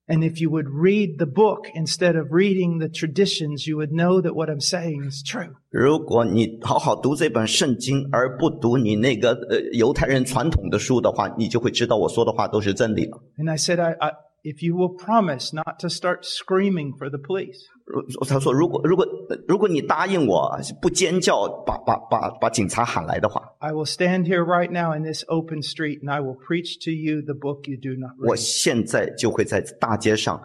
Speaker 1: And if you would read the book instead of reading the traditions, you would know that what I'm saying is true.
Speaker 2: 如果你好好读这本圣经，而不读你那个呃犹太人传统的书的话，你就会知道我说的话都是真理了。
Speaker 1: And I said, I, I, if you will promise not to start screaming for the police.
Speaker 2: 如他说，如果如果如果你答应我不尖叫，把把把把警察喊来的话，
Speaker 1: I will stand here right now in this open street and I will preach to you the book you do not
Speaker 2: 我
Speaker 1: read.
Speaker 2: 现在就会在大街上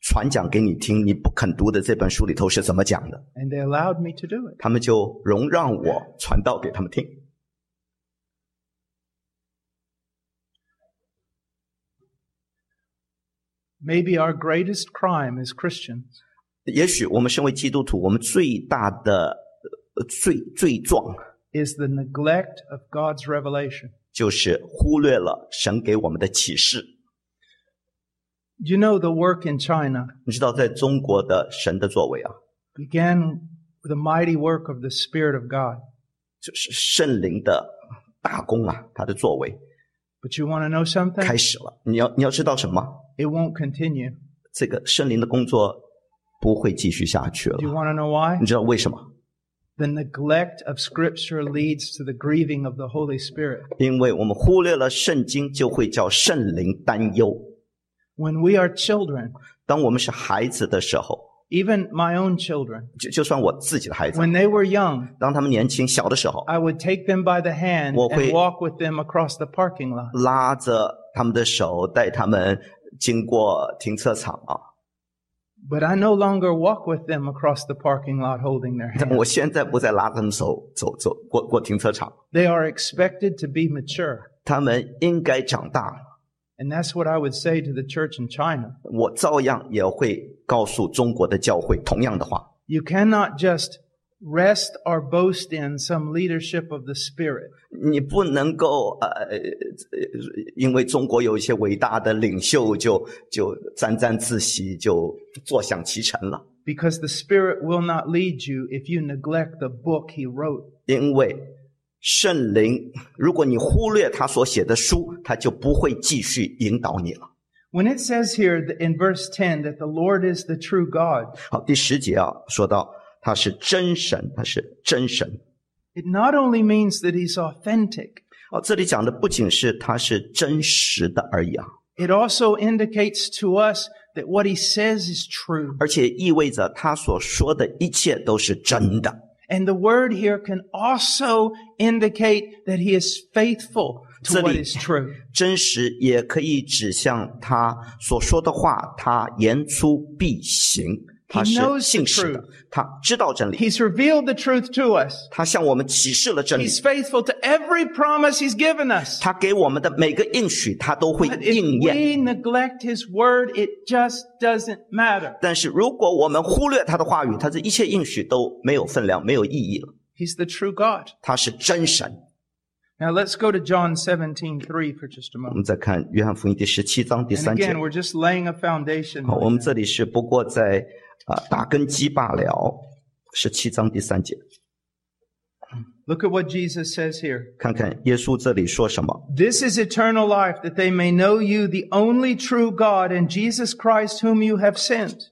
Speaker 2: 传讲给你听，你不肯读的这本书里头是怎么讲的。
Speaker 1: And they allowed me to do it.
Speaker 2: 他们就容让我传道给他们听。
Speaker 1: Maybe our greatest crime as Christians
Speaker 2: 也许我们身为基督徒，我们最大的呃罪罪状
Speaker 1: is the neglect of God's revelation.
Speaker 2: 就是忽略了神给我们的启示。
Speaker 1: You know, the work in China
Speaker 2: 你知道，在中国的神的作为啊，
Speaker 1: began with the mighty work of the Spirit of God.
Speaker 2: 就是圣灵的大功啊，他的作为
Speaker 1: But you want to know
Speaker 2: 开
Speaker 1: something?
Speaker 2: 始了。你要你要知道什么？
Speaker 1: It won't continue.
Speaker 2: 这个圣灵的工作不会继续下去
Speaker 1: Do you
Speaker 2: 了。
Speaker 1: want to know why?
Speaker 2: 你知道为什么？
Speaker 1: The neglect of Scripture leads to the grieving of the Holy Spirit.
Speaker 2: 因为我们忽略了圣经，就会叫圣灵担忧。
Speaker 1: When we are children,
Speaker 2: 当我们是孩子的时候，
Speaker 1: even my own children,
Speaker 2: 就就算我自己的孩子，
Speaker 1: when they were young,
Speaker 2: 当他们年轻小的时候，
Speaker 1: I would take them by the hand and
Speaker 2: 我会-
Speaker 1: walk with them across the parking lot.
Speaker 2: 拉着他们的手，带他们经过停车场啊。
Speaker 1: But I no longer walk with them across the parking lot holding their
Speaker 2: 但
Speaker 1: hand.
Speaker 2: 我现在不再拉着他们手走走过过停车场，
Speaker 1: They are expected to be mature.
Speaker 2: 他们应该长大。
Speaker 1: And that's what I would say to the church in China.
Speaker 2: 我照样也会告诉中国的教会同样的话。
Speaker 1: You cannot just rest or boast in some leadership of the Spirit.
Speaker 2: 你不能够呃，呃因为中国有一些伟大的领袖就就沾沾自喜，就坐享其成了。
Speaker 1: Because the Spirit will not lead you if you neglect the book He wrote.
Speaker 2: 因为圣灵，如果你忽略他所写的书，他就不会继续引导你了。
Speaker 1: When it says here that in verse 10 that the Lord is the true God,
Speaker 2: 好，第十节啊，说到他是真神，他是真神。
Speaker 1: it not only means that He's authentic,
Speaker 2: 哦，这里讲的不仅是他是真实的而已啊，
Speaker 1: it also indicates to us that what He says is true.
Speaker 2: 而且意味着他所说的一切都是真的。
Speaker 1: And the word here can also indicate that He is faithful to
Speaker 2: Zeli-
Speaker 1: what is true.
Speaker 2: 真实也可以指向他所说的话，他言出必行，他是
Speaker 1: He knows the
Speaker 2: 信实的
Speaker 1: truth.，
Speaker 2: 他知道真理，
Speaker 1: He's revealed the truth to us.
Speaker 2: 他向我们启示了真理，
Speaker 1: He's faithful to every promise He's given us.
Speaker 2: 他给我们的每个应许，他都会
Speaker 1: But
Speaker 2: 应
Speaker 1: if
Speaker 2: 验。
Speaker 1: we neglect His word, it just doesn't matter.
Speaker 2: 但是如果我们忽略他的话语，他这一切应许都没有分量，没有意义了。
Speaker 1: He's the true God.
Speaker 2: 他是真神，
Speaker 1: Now let's go to John 17, 3 for just a
Speaker 2: 我们
Speaker 1: moment.
Speaker 2: 再看约翰福音第十七章第
Speaker 1: And
Speaker 2: 三节
Speaker 1: again,。we're just laying a foundation.
Speaker 2: 好，我们这里是不过在啊、打根基罢了。十七章第三节，
Speaker 1: Look at what Jesus says here.
Speaker 2: 看看耶稣这里说什么。
Speaker 1: This is eternal life, that they may know you, the only true God, and Jesus Christ, whom you have sent.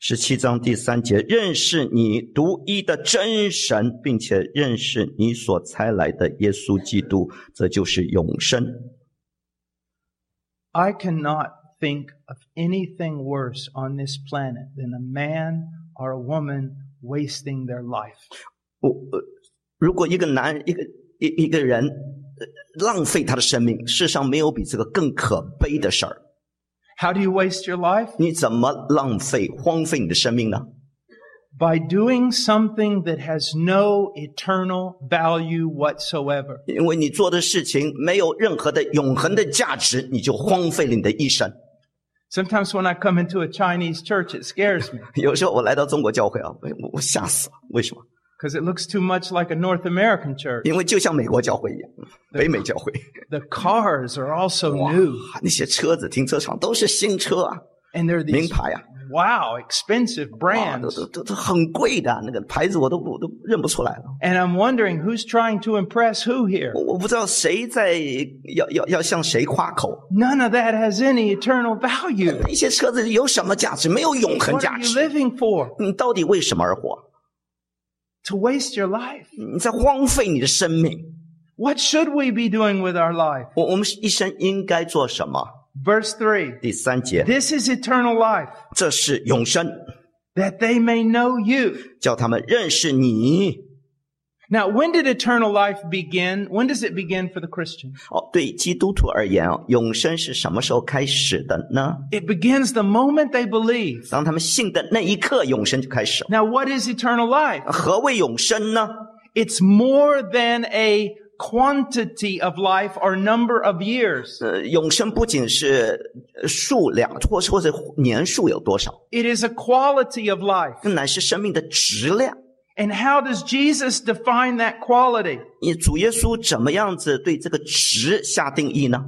Speaker 2: 十七章第三节，认识你独一的真神，并且认识你所差来的耶稣基督，这就是永生。
Speaker 1: I cannot think of anything worse on this planet than a man or a woman wasting their life.
Speaker 2: 我、呃如果一个男人，一个一一个人呃浪费他的生命，世上没有比这个更可悲的事儿。
Speaker 1: How do you waste your life?
Speaker 2: 你怎么浪费、荒废你的生命呢？
Speaker 1: By doing something that has no eternal value whatsoever.
Speaker 2: 因为你做的事情没有任何的永恒的价值，你就荒废了你的一生。
Speaker 1: Sometimes when I come into a Chinese church, it scares me
Speaker 2: 有时候我来到中国教会啊，我我我吓死了，为什么？
Speaker 1: because it looks too much like a North American church.
Speaker 2: 因为就像美国教会一样，北美教会，
Speaker 1: The cars are also
Speaker 2: 哇
Speaker 1: new，
Speaker 2: 那些车子、停车场都是新车啊，
Speaker 1: and they're
Speaker 2: 名
Speaker 1: these
Speaker 2: 牌啊，
Speaker 1: wow expensive
Speaker 2: 啊，都
Speaker 1: brands.
Speaker 2: 都都都很贵的，啊那个牌子我都我都认不出来了。
Speaker 1: And I'm wondering who's trying to impress who here.
Speaker 2: 我我不知道谁在要要要向谁夸口，
Speaker 1: None of that has any eternal value.
Speaker 2: 那些车子有什么价值？没有永恒
Speaker 1: What
Speaker 2: 价
Speaker 1: are you
Speaker 2: 值。
Speaker 1: living for?
Speaker 2: 你到底为什么而活？
Speaker 1: To waste your life?
Speaker 2: 你在荒废你的生命。
Speaker 1: What should we be doing with our life?
Speaker 2: 我我们一生应该做什么？
Speaker 1: Verse 3
Speaker 2: 第三节，
Speaker 1: This is eternal life,
Speaker 2: 这是永生，
Speaker 1: that they may know you.
Speaker 2: 叫他们认识你。
Speaker 1: Now, when did eternal life begin? When does it begin for the Christian?
Speaker 2: 哦，对基督徒而言啊，永生是什么时候开始的呢？
Speaker 1: It begins the moment they believe.
Speaker 2: 当他们信的那一刻，永生就开始了。
Speaker 1: Now, what is eternal life?
Speaker 2: 何谓永生呢？
Speaker 1: It's more than a quantity of life or number of years.
Speaker 2: 呃，永生不仅是呃数量，或是或者年数有多少，
Speaker 1: It is a quality of life.
Speaker 2: 更乃是生命的质量。
Speaker 1: And how does Jesus define that quality?
Speaker 2: 你主耶稣怎么样子对这个值下定义呢？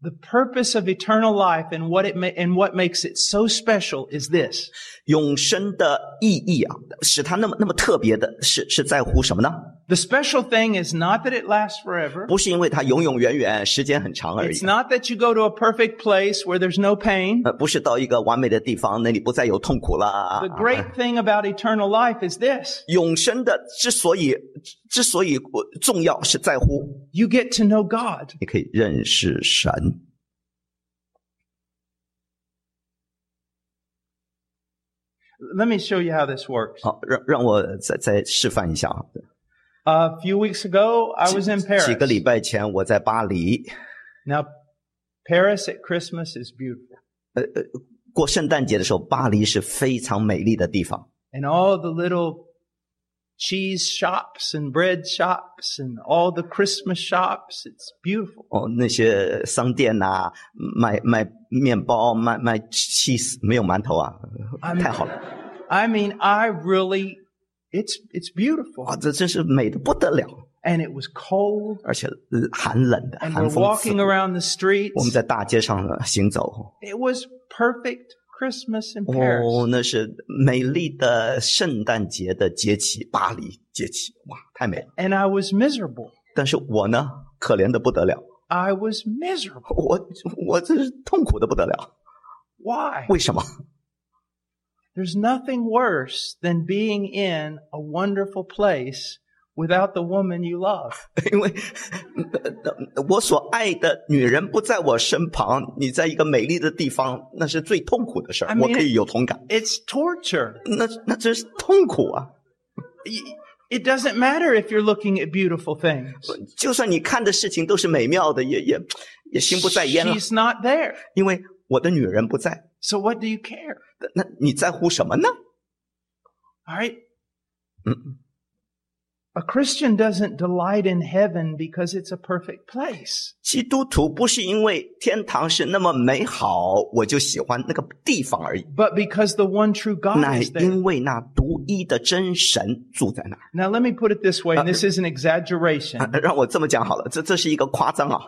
Speaker 1: The purpose of eternal life and what it ma- and what makes it so special is this.
Speaker 2: 永生的意义啊，使它那么那么特别的是是在乎什么呢？
Speaker 1: The special thing is not that it lasts forever.
Speaker 2: 不是因为它永永远远时间很长而已
Speaker 1: It's，not that you go to a perfect place where there's no pain.
Speaker 2: 呃，不是到一个完美的地方，那里不再有痛苦了啊
Speaker 1: The。great thing about eternal life is this.
Speaker 2: 永生的之所以之所以我重要，是在乎
Speaker 1: You get to know God.
Speaker 2: 你可以认识神。
Speaker 1: Let me show you how this works.
Speaker 2: 好，让让我再再示范一下啊。
Speaker 1: A few weeks ago, I was in
Speaker 2: 几个礼
Speaker 1: Paris.
Speaker 2: 拜前我在巴黎
Speaker 1: Now, Paris at Christmas is beautiful.
Speaker 2: 呃过圣诞节的时候，巴黎是非常美丽的地方。
Speaker 1: and all the little cheese shops and bread shops and all the Christmas shops. It's beautiful.
Speaker 2: 哦，那些商店呐、卖卖面包、卖卖 cheese，没有馒头啊，
Speaker 1: I
Speaker 2: 太
Speaker 1: mean,
Speaker 2: 好了
Speaker 1: I mean, I really, it's it's
Speaker 2: 哇，
Speaker 1: beautiful.
Speaker 2: 这真是美的不得了，
Speaker 1: And it was cold,
Speaker 2: 而且呃寒冷的
Speaker 1: and
Speaker 2: 寒
Speaker 1: we're
Speaker 2: 风刺骨
Speaker 1: walking around the
Speaker 2: 我们
Speaker 1: streets.
Speaker 2: 在大街上行走，
Speaker 1: It was perfect Christmas
Speaker 2: Oh,
Speaker 1: in
Speaker 2: 哦，
Speaker 1: Paris.
Speaker 2: 那是美丽的圣诞节的节气，巴黎节气，哇，太美了。
Speaker 1: And I was miserable.
Speaker 2: 但是我呢，可怜的不得了，
Speaker 1: I was miserable.
Speaker 2: 我我这是痛苦的不得了。
Speaker 1: Why?
Speaker 2: 为什么？
Speaker 1: There's nothing worse than being in a wonderful place without the woman you love.
Speaker 2: 因为呃我所爱的女人不在我身旁，你在一个美丽的地方，那是最痛苦的事儿
Speaker 1: I。mean-
Speaker 2: 我可以有同感，
Speaker 1: It's torture.
Speaker 2: 那那真是痛苦啊！
Speaker 1: y- it doesn't matter if you're looking at beautiful things.
Speaker 2: 就算你看的事情都是美妙的，也也也心不在焉了，
Speaker 1: She's not there.
Speaker 2: 因为我的女人不在。
Speaker 1: So what do you care?
Speaker 2: 那你在乎什么呢？
Speaker 1: All right.
Speaker 2: Mm.
Speaker 1: A Christian doesn't delight in heaven because it's a perfect place.
Speaker 2: 基督徒不是因为天堂是那么美好，我就喜欢那个地方而已，
Speaker 1: but because the one true God
Speaker 2: 乃
Speaker 1: is there.
Speaker 2: 因为那独一的真神住在那儿。
Speaker 1: Now, let me put it this way, and this is an exaggeration.
Speaker 2: 啊让我这么讲好了，这这是一个夸张啊。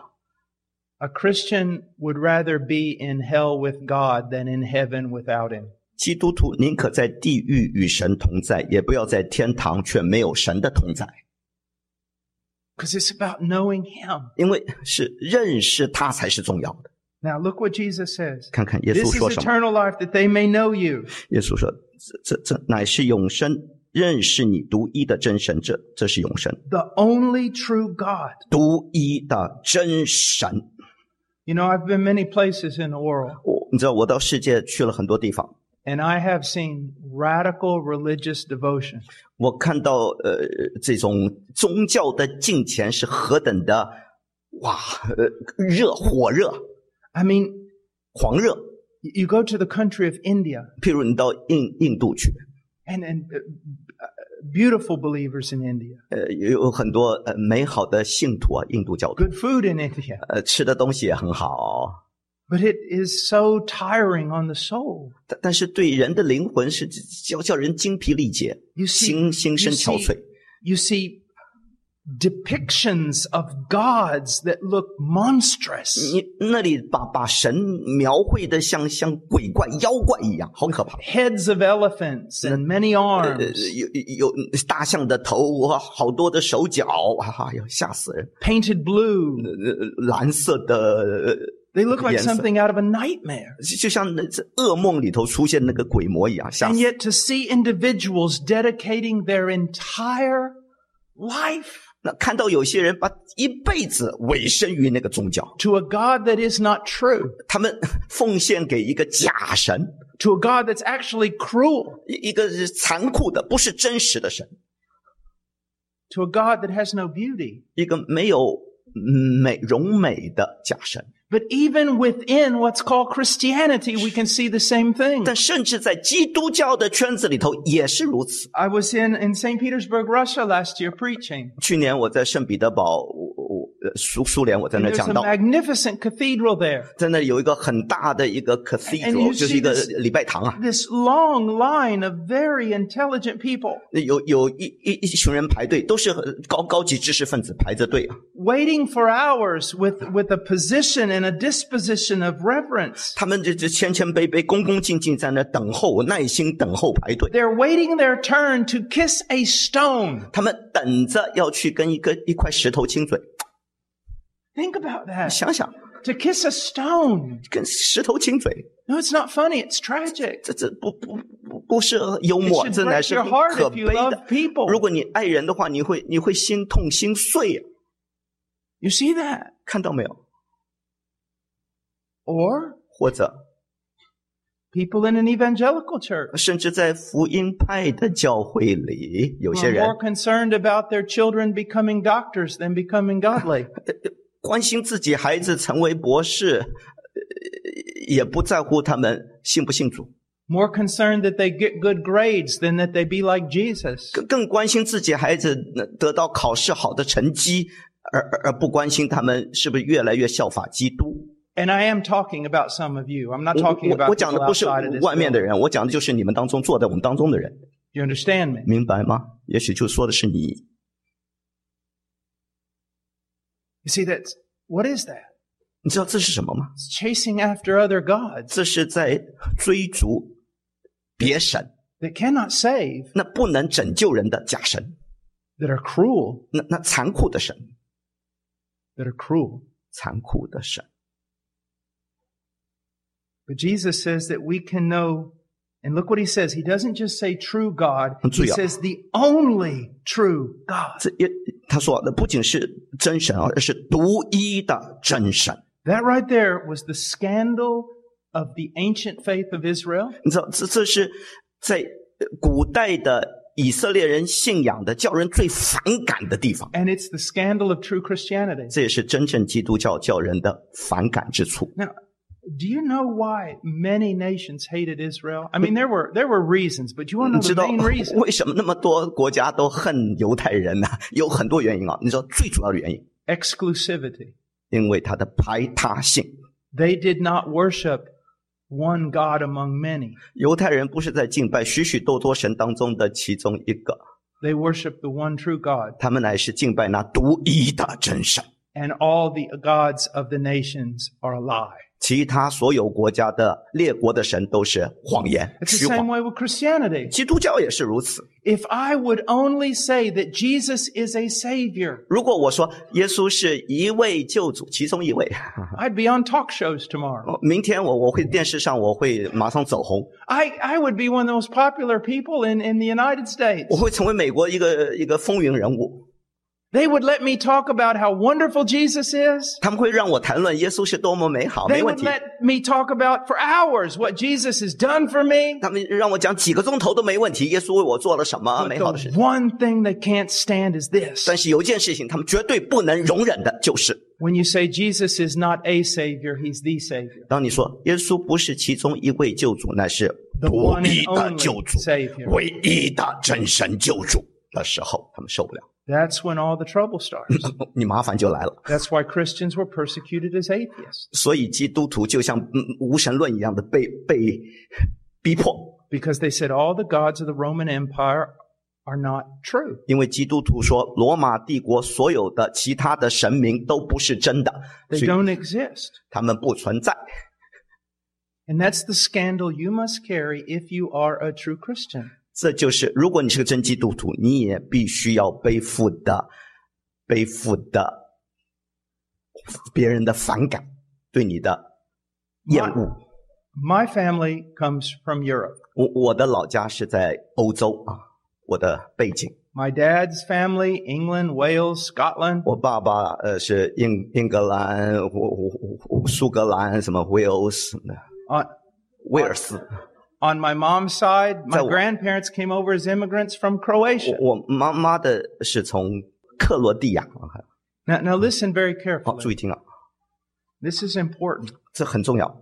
Speaker 1: A Christian would rather be in hell with God than in heaven without Him.
Speaker 2: 基督徒宁可在地狱与神同在，也不要在天堂却没有神的同在，
Speaker 1: Because it's about knowing Him.
Speaker 2: 因为是认识他才是重要的。
Speaker 1: Now, look what Jesus says.
Speaker 2: 看看耶稣
Speaker 1: This
Speaker 2: 说
Speaker 1: is
Speaker 2: 什么？
Speaker 1: eternal life that they may know you.
Speaker 2: 耶稣说：“这这这乃是永生，认识你独一的真神，这这是永生，
Speaker 1: the only true God.
Speaker 2: 独一的真神。”
Speaker 1: You know, I've been many places in the world
Speaker 2: 我你知道，我到世界去了很多地方，
Speaker 1: and I have seen radical religious devotion.
Speaker 2: 我看到呃这种宗教的敬虔是何等的哇，呃热火热
Speaker 1: I mean,
Speaker 2: 狂热。
Speaker 1: y- you go to the country of India
Speaker 2: 譬如你到印印度去，
Speaker 1: and, and uh, uh, beautiful believers in India,
Speaker 2: 呃，也有很多呃美好的信徒啊，印度教徒，
Speaker 1: good food in India,
Speaker 2: 呃，吃的东西也很好，
Speaker 1: but it is so tiring on the soul.
Speaker 2: 但但是对人的灵魂是叫叫人精疲力竭，
Speaker 1: You see,
Speaker 2: 心心生
Speaker 1: you
Speaker 2: 憔
Speaker 1: see,
Speaker 2: 悴。
Speaker 1: you see depictions of gods that look monstrous.
Speaker 2: 你那里把把神描绘的像像鬼怪妖怪一样，好可怕。
Speaker 1: Heads of elephants and many
Speaker 2: 呃，
Speaker 1: arms.
Speaker 2: 有有大象的头，哇，好多的手脚，哈、哎呦，吓死人！
Speaker 1: painted
Speaker 2: Uh,
Speaker 1: blue.
Speaker 2: 呃，蓝色的，呃
Speaker 1: They look like
Speaker 2: Yes.
Speaker 1: something out of a nightmare.
Speaker 2: 就就像那这噩梦里头出现那个鬼魔一样，吓
Speaker 1: And
Speaker 2: 死！
Speaker 1: yet to see individuals dedicating their entire life
Speaker 2: 那看到有些人把一辈子委身于那个宗教，
Speaker 1: to a God that is not true,
Speaker 2: 他们奉献给一个假神，
Speaker 1: to a God that's actually cruel,
Speaker 2: 一一个是残酷的，不是真实的神，
Speaker 1: to a God that has no beauty.
Speaker 2: 一个没有美容美的假神。
Speaker 1: But even within what's called Christianity, we can see the same thing.
Speaker 2: 但甚至在基督教的圈子里头也是如此。
Speaker 1: I was in, in St. Petersburg, Russia last year preaching.
Speaker 2: 去年我在圣彼得堡，我我呃苏苏联，我在
Speaker 1: And
Speaker 2: 那
Speaker 1: there's
Speaker 2: 讲
Speaker 1: a
Speaker 2: 到，
Speaker 1: magnificent cathedral there.
Speaker 2: 在那有一个很大的一个
Speaker 1: you
Speaker 2: cathedral，
Speaker 1: see
Speaker 2: 哎就是一个
Speaker 1: this-
Speaker 2: 礼拜堂啊，
Speaker 1: This long line of very intelligent people
Speaker 2: 有有一一一群人排队，都是很高高级知识分子排着队啊。
Speaker 1: waiting for hours with, with a position and a disposition of reverence.
Speaker 2: 他们就就谦谦卑卑、恭恭敬敬在那等候，耐心等候排队。
Speaker 1: They're waiting their turn to kiss a stone.
Speaker 2: 他们等着要去跟一个一块石头亲嘴，
Speaker 1: Think about that.
Speaker 2: 想想
Speaker 1: To kiss a stone.
Speaker 2: 跟石头亲嘴，
Speaker 1: No, it's not funny. It's tragic.
Speaker 2: 这这不不不不是幽
Speaker 1: It
Speaker 2: 默，
Speaker 1: should
Speaker 2: 这乃
Speaker 1: break
Speaker 2: 是
Speaker 1: your heart
Speaker 2: 可
Speaker 1: if you
Speaker 2: 悲的
Speaker 1: love。people.
Speaker 2: 如果你爱人的话，你会你会心痛心碎、啊，
Speaker 1: You see that?
Speaker 2: 看到没有？
Speaker 1: Or
Speaker 2: 或者
Speaker 1: people in an evangelical church
Speaker 2: 甚至在福音派的教会里，有
Speaker 1: who
Speaker 2: 些
Speaker 1: are
Speaker 2: 人
Speaker 1: more concerned about their children becoming doctors than becoming godly.
Speaker 2: 关心自己孩子成为博士，呃也不在乎他们信不信主，
Speaker 1: more concerned that they get good grades than that they be like Jesus.
Speaker 2: 更更关心自己孩子呃得到考试好的成绩，而而而不关心他们是不是越来越效法基督。
Speaker 1: And I am talking about some of you. I'm not
Speaker 2: 我
Speaker 1: talking
Speaker 2: 我
Speaker 1: about
Speaker 2: 我讲的
Speaker 1: people
Speaker 2: 不是
Speaker 1: outside of this
Speaker 2: 外面的
Speaker 1: building.
Speaker 2: 人，我讲的就是你们当中坐在我们当中的人，
Speaker 1: You understand me?
Speaker 2: 明白吗？也许就说的是你。
Speaker 1: You see, that's what is that?
Speaker 2: 你知道这是什么吗？
Speaker 1: It's chasing after other gods
Speaker 2: 这是在追逐别神，
Speaker 1: that cannot save,
Speaker 2: 那不能拯救人的假神，
Speaker 1: that are cruel,
Speaker 2: 那那残酷的神，
Speaker 1: that are cruel.
Speaker 2: 残酷的神。
Speaker 1: But Jesus says that we can know, and look what he says. He doesn't just say true God, he
Speaker 2: 注意啊。
Speaker 1: says the only true God.
Speaker 2: 这也他说，那不仅是真神啊，而是独一的真神。
Speaker 1: That right there was the scandal of the ancient faith of Israel.
Speaker 2: 你知道，这这是在呃古代的以色列人信仰的叫人最反感的地方，
Speaker 1: And it's the scandal of true Christianity.
Speaker 2: 这也是真正基督教教人的反感之处。
Speaker 1: Now, Do you know why many nations hated Israel? I mean, there were there were reasons, but you want to
Speaker 2: 你
Speaker 1: know
Speaker 2: 知
Speaker 1: the
Speaker 2: 道
Speaker 1: 嗯 main reason?
Speaker 2: 为什么那么多国家都恨犹太人呢、有很多原因啊。你知道最主要的原因，
Speaker 1: Exclusivity.
Speaker 2: 因为它的排他性。
Speaker 1: They did not worship one God among many.
Speaker 2: 犹太人不是在敬拜许许多多神当中的其中一个，
Speaker 1: They worshiped the one true God
Speaker 2: 他们乃是敬拜那独一的真神，
Speaker 1: and all the gods of the nations are a lie.
Speaker 2: 其他所有国家的列国的神都是谎言、
Speaker 1: It's
Speaker 2: 虚
Speaker 1: the same
Speaker 2: 谎。
Speaker 1: way with Christianity.
Speaker 2: 基督教也是如此。
Speaker 1: If I would only say that Jesus is a savior,
Speaker 2: 如果我说耶稣是一位救主，其中一位，
Speaker 1: I'd be on talk shows tomorrow.
Speaker 2: 哦明天我我会电视上我会马上走红，
Speaker 1: I, I would be one of the most popular people in, in the United States.
Speaker 2: 我会成为美国一个一个风云人物。
Speaker 1: They would let me talk about how wonderful Jesus is.
Speaker 2: 他们会让我谈论耶稣是多么美好，没
Speaker 1: They
Speaker 2: 问
Speaker 1: would
Speaker 2: 题。
Speaker 1: let me talk about for hours what Jesus has done for me.
Speaker 2: 他们让我讲几个钟头都没问题，耶稣为我做了什么
Speaker 1: But
Speaker 2: 美好的事
Speaker 1: the
Speaker 2: 情。
Speaker 1: one thing they can't stand is this.
Speaker 2: 但是有一件事情他们绝对不能容忍的，就是
Speaker 1: When you say Jesus is not a savior, he's the savior.
Speaker 2: 当你说耶稣不是其中一位救主，乃是
Speaker 1: The
Speaker 2: 独
Speaker 1: one
Speaker 2: 一
Speaker 1: and
Speaker 2: 的
Speaker 1: only
Speaker 2: 救主，
Speaker 1: savior.
Speaker 2: 唯一的真神救主的时候，他们受不了，
Speaker 1: That's when all the trouble starts.
Speaker 2: 你麻烦就来了。
Speaker 1: That's why Christians were persecuted as atheists
Speaker 2: 所以基督徒就像嗯无神论一样的被被逼迫，
Speaker 1: because they said all the gods of the Roman Empire are not true.
Speaker 2: 因为基督徒说罗马帝国所有的其他的神明都不是真的，
Speaker 1: They
Speaker 2: 所以
Speaker 1: don't exist.
Speaker 2: 他们不存在。
Speaker 1: And that's the scandal you must carry if you are a true Christian.
Speaker 2: 这就是如果你是个真基督徒，你也必须要背负的背负的别人的反感，对你的厌恶。
Speaker 1: My family comes from Europe.
Speaker 2: 我我的老家是在欧洲啊，我的背景，
Speaker 1: My dad's family, England, Wales, Scotland.
Speaker 2: 我爸爸呃是英英格兰、我我我苏格兰什么威尔斯什么的，
Speaker 1: On,
Speaker 2: 威尔斯。
Speaker 1: on my mom's side, my
Speaker 2: So-
Speaker 1: grandparents came over as immigrants from Croatia.
Speaker 2: 我我妈妈的是从克罗地亚，啊
Speaker 1: Now, now listen very
Speaker 2: 好注
Speaker 1: carefully.
Speaker 2: 意听啊，
Speaker 1: This is important.
Speaker 2: 这很重要。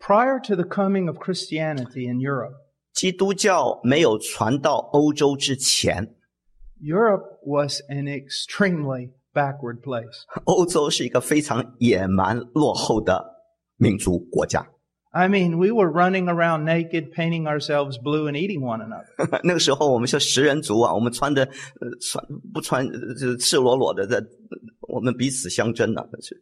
Speaker 1: Prior to the coming of Christianity in Europe,
Speaker 2: 基督教没有传到欧洲之前，
Speaker 1: Europe was an extremely backward place.
Speaker 2: 欧洲是一个非常野蛮落后的民族国家。
Speaker 1: I mean, we were running around naked, painting ourselves blue, and eating one another.
Speaker 2: 那个时候我们是食人族啊，我们穿的呃穿不穿呃这赤裸裸的在，呃我们彼此相争的、啊。是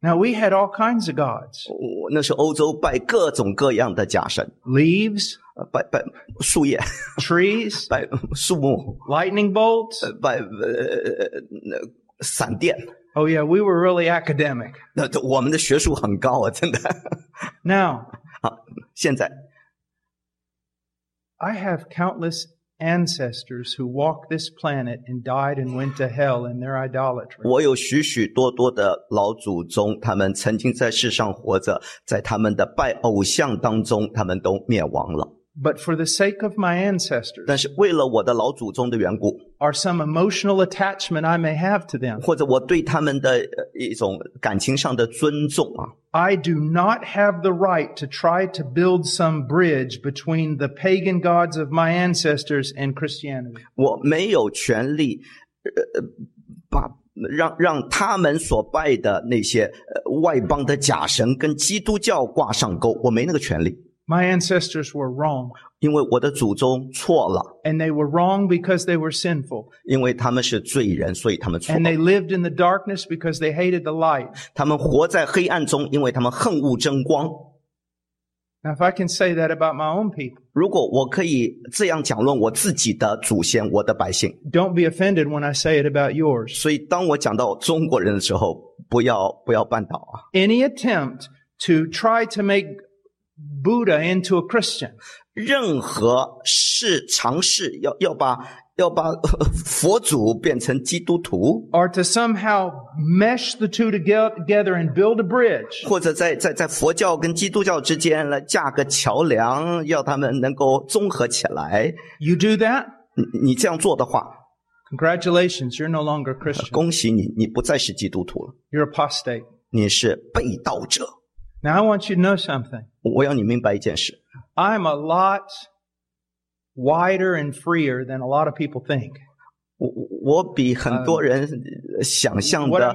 Speaker 1: Now, we had all kinds of gods
Speaker 2: 我那是欧洲拜各种各样的假神，
Speaker 1: leaves,
Speaker 2: 呃拜拜树叶，
Speaker 1: trees,
Speaker 2: 拜树木，
Speaker 1: lightning bolts.
Speaker 2: 呃拜呃那闪电。
Speaker 1: Oh, yeah, we were really academic.
Speaker 2: 那这我们的学术很高啊，真的。
Speaker 1: Now,
Speaker 2: 现在
Speaker 1: I have countless ancestors who walked this planet and died and went to hell in their idolatry.
Speaker 2: 我有许许多多的老祖宗，他们曾经在世上活着，在他们的拜偶像当中，他们都灭亡了。
Speaker 1: But for the sake of my
Speaker 2: 但
Speaker 1: ancestors
Speaker 2: 是为了我的老祖宗的缘故，
Speaker 1: or some emotional attachment I may have to them,
Speaker 2: 或者我对他们的呃一种感情上的尊重啊，
Speaker 1: I do not have the right to try to build some bridge between the pagan gods of my ancestors and Christianity.
Speaker 2: 我没有权利，呃，把让让他们所拜的那些呃外邦的假神跟基督教挂上钩，我没那个权利，
Speaker 1: My ancestors were wrong,
Speaker 2: 因为我的祖宗错了，
Speaker 1: and they were wrong because they were sinful,
Speaker 2: 因为他们是罪人，所以他们错了
Speaker 1: and。they lived in the darkness because they hated the light.
Speaker 2: 他们活在黑暗中，因为他们恨恶争光。
Speaker 1: Now, if I can say that about my own people,
Speaker 2: 如果我可以这样讲论我自己的祖先，我的百姓，
Speaker 1: don't be offended when I say it about yours.
Speaker 2: 所以当我讲到中国人的时候，不要不要绊倒啊！
Speaker 1: Any attempt to try to make Buddha into a Christian
Speaker 2: 任何试尝试要要把要把佛祖变成基督徒，
Speaker 1: or to somehow mesh the two toge- together and build a bridge
Speaker 2: 或者在在在佛教跟基督教之间来架个桥梁，要他们能够综合起来。
Speaker 1: You do that?
Speaker 2: 你你这样做的话，
Speaker 1: Congratulations, you're no longer a Christian.
Speaker 2: 恭喜你，你不再是基督徒了，
Speaker 1: You're apostate.
Speaker 2: 你是被盗者。
Speaker 1: Now I want you to know something.
Speaker 2: 我要你明白一件事，
Speaker 1: I'm a lot wider and freer than a lot of people think.
Speaker 2: 我我比很多人想象
Speaker 1: what I
Speaker 2: 的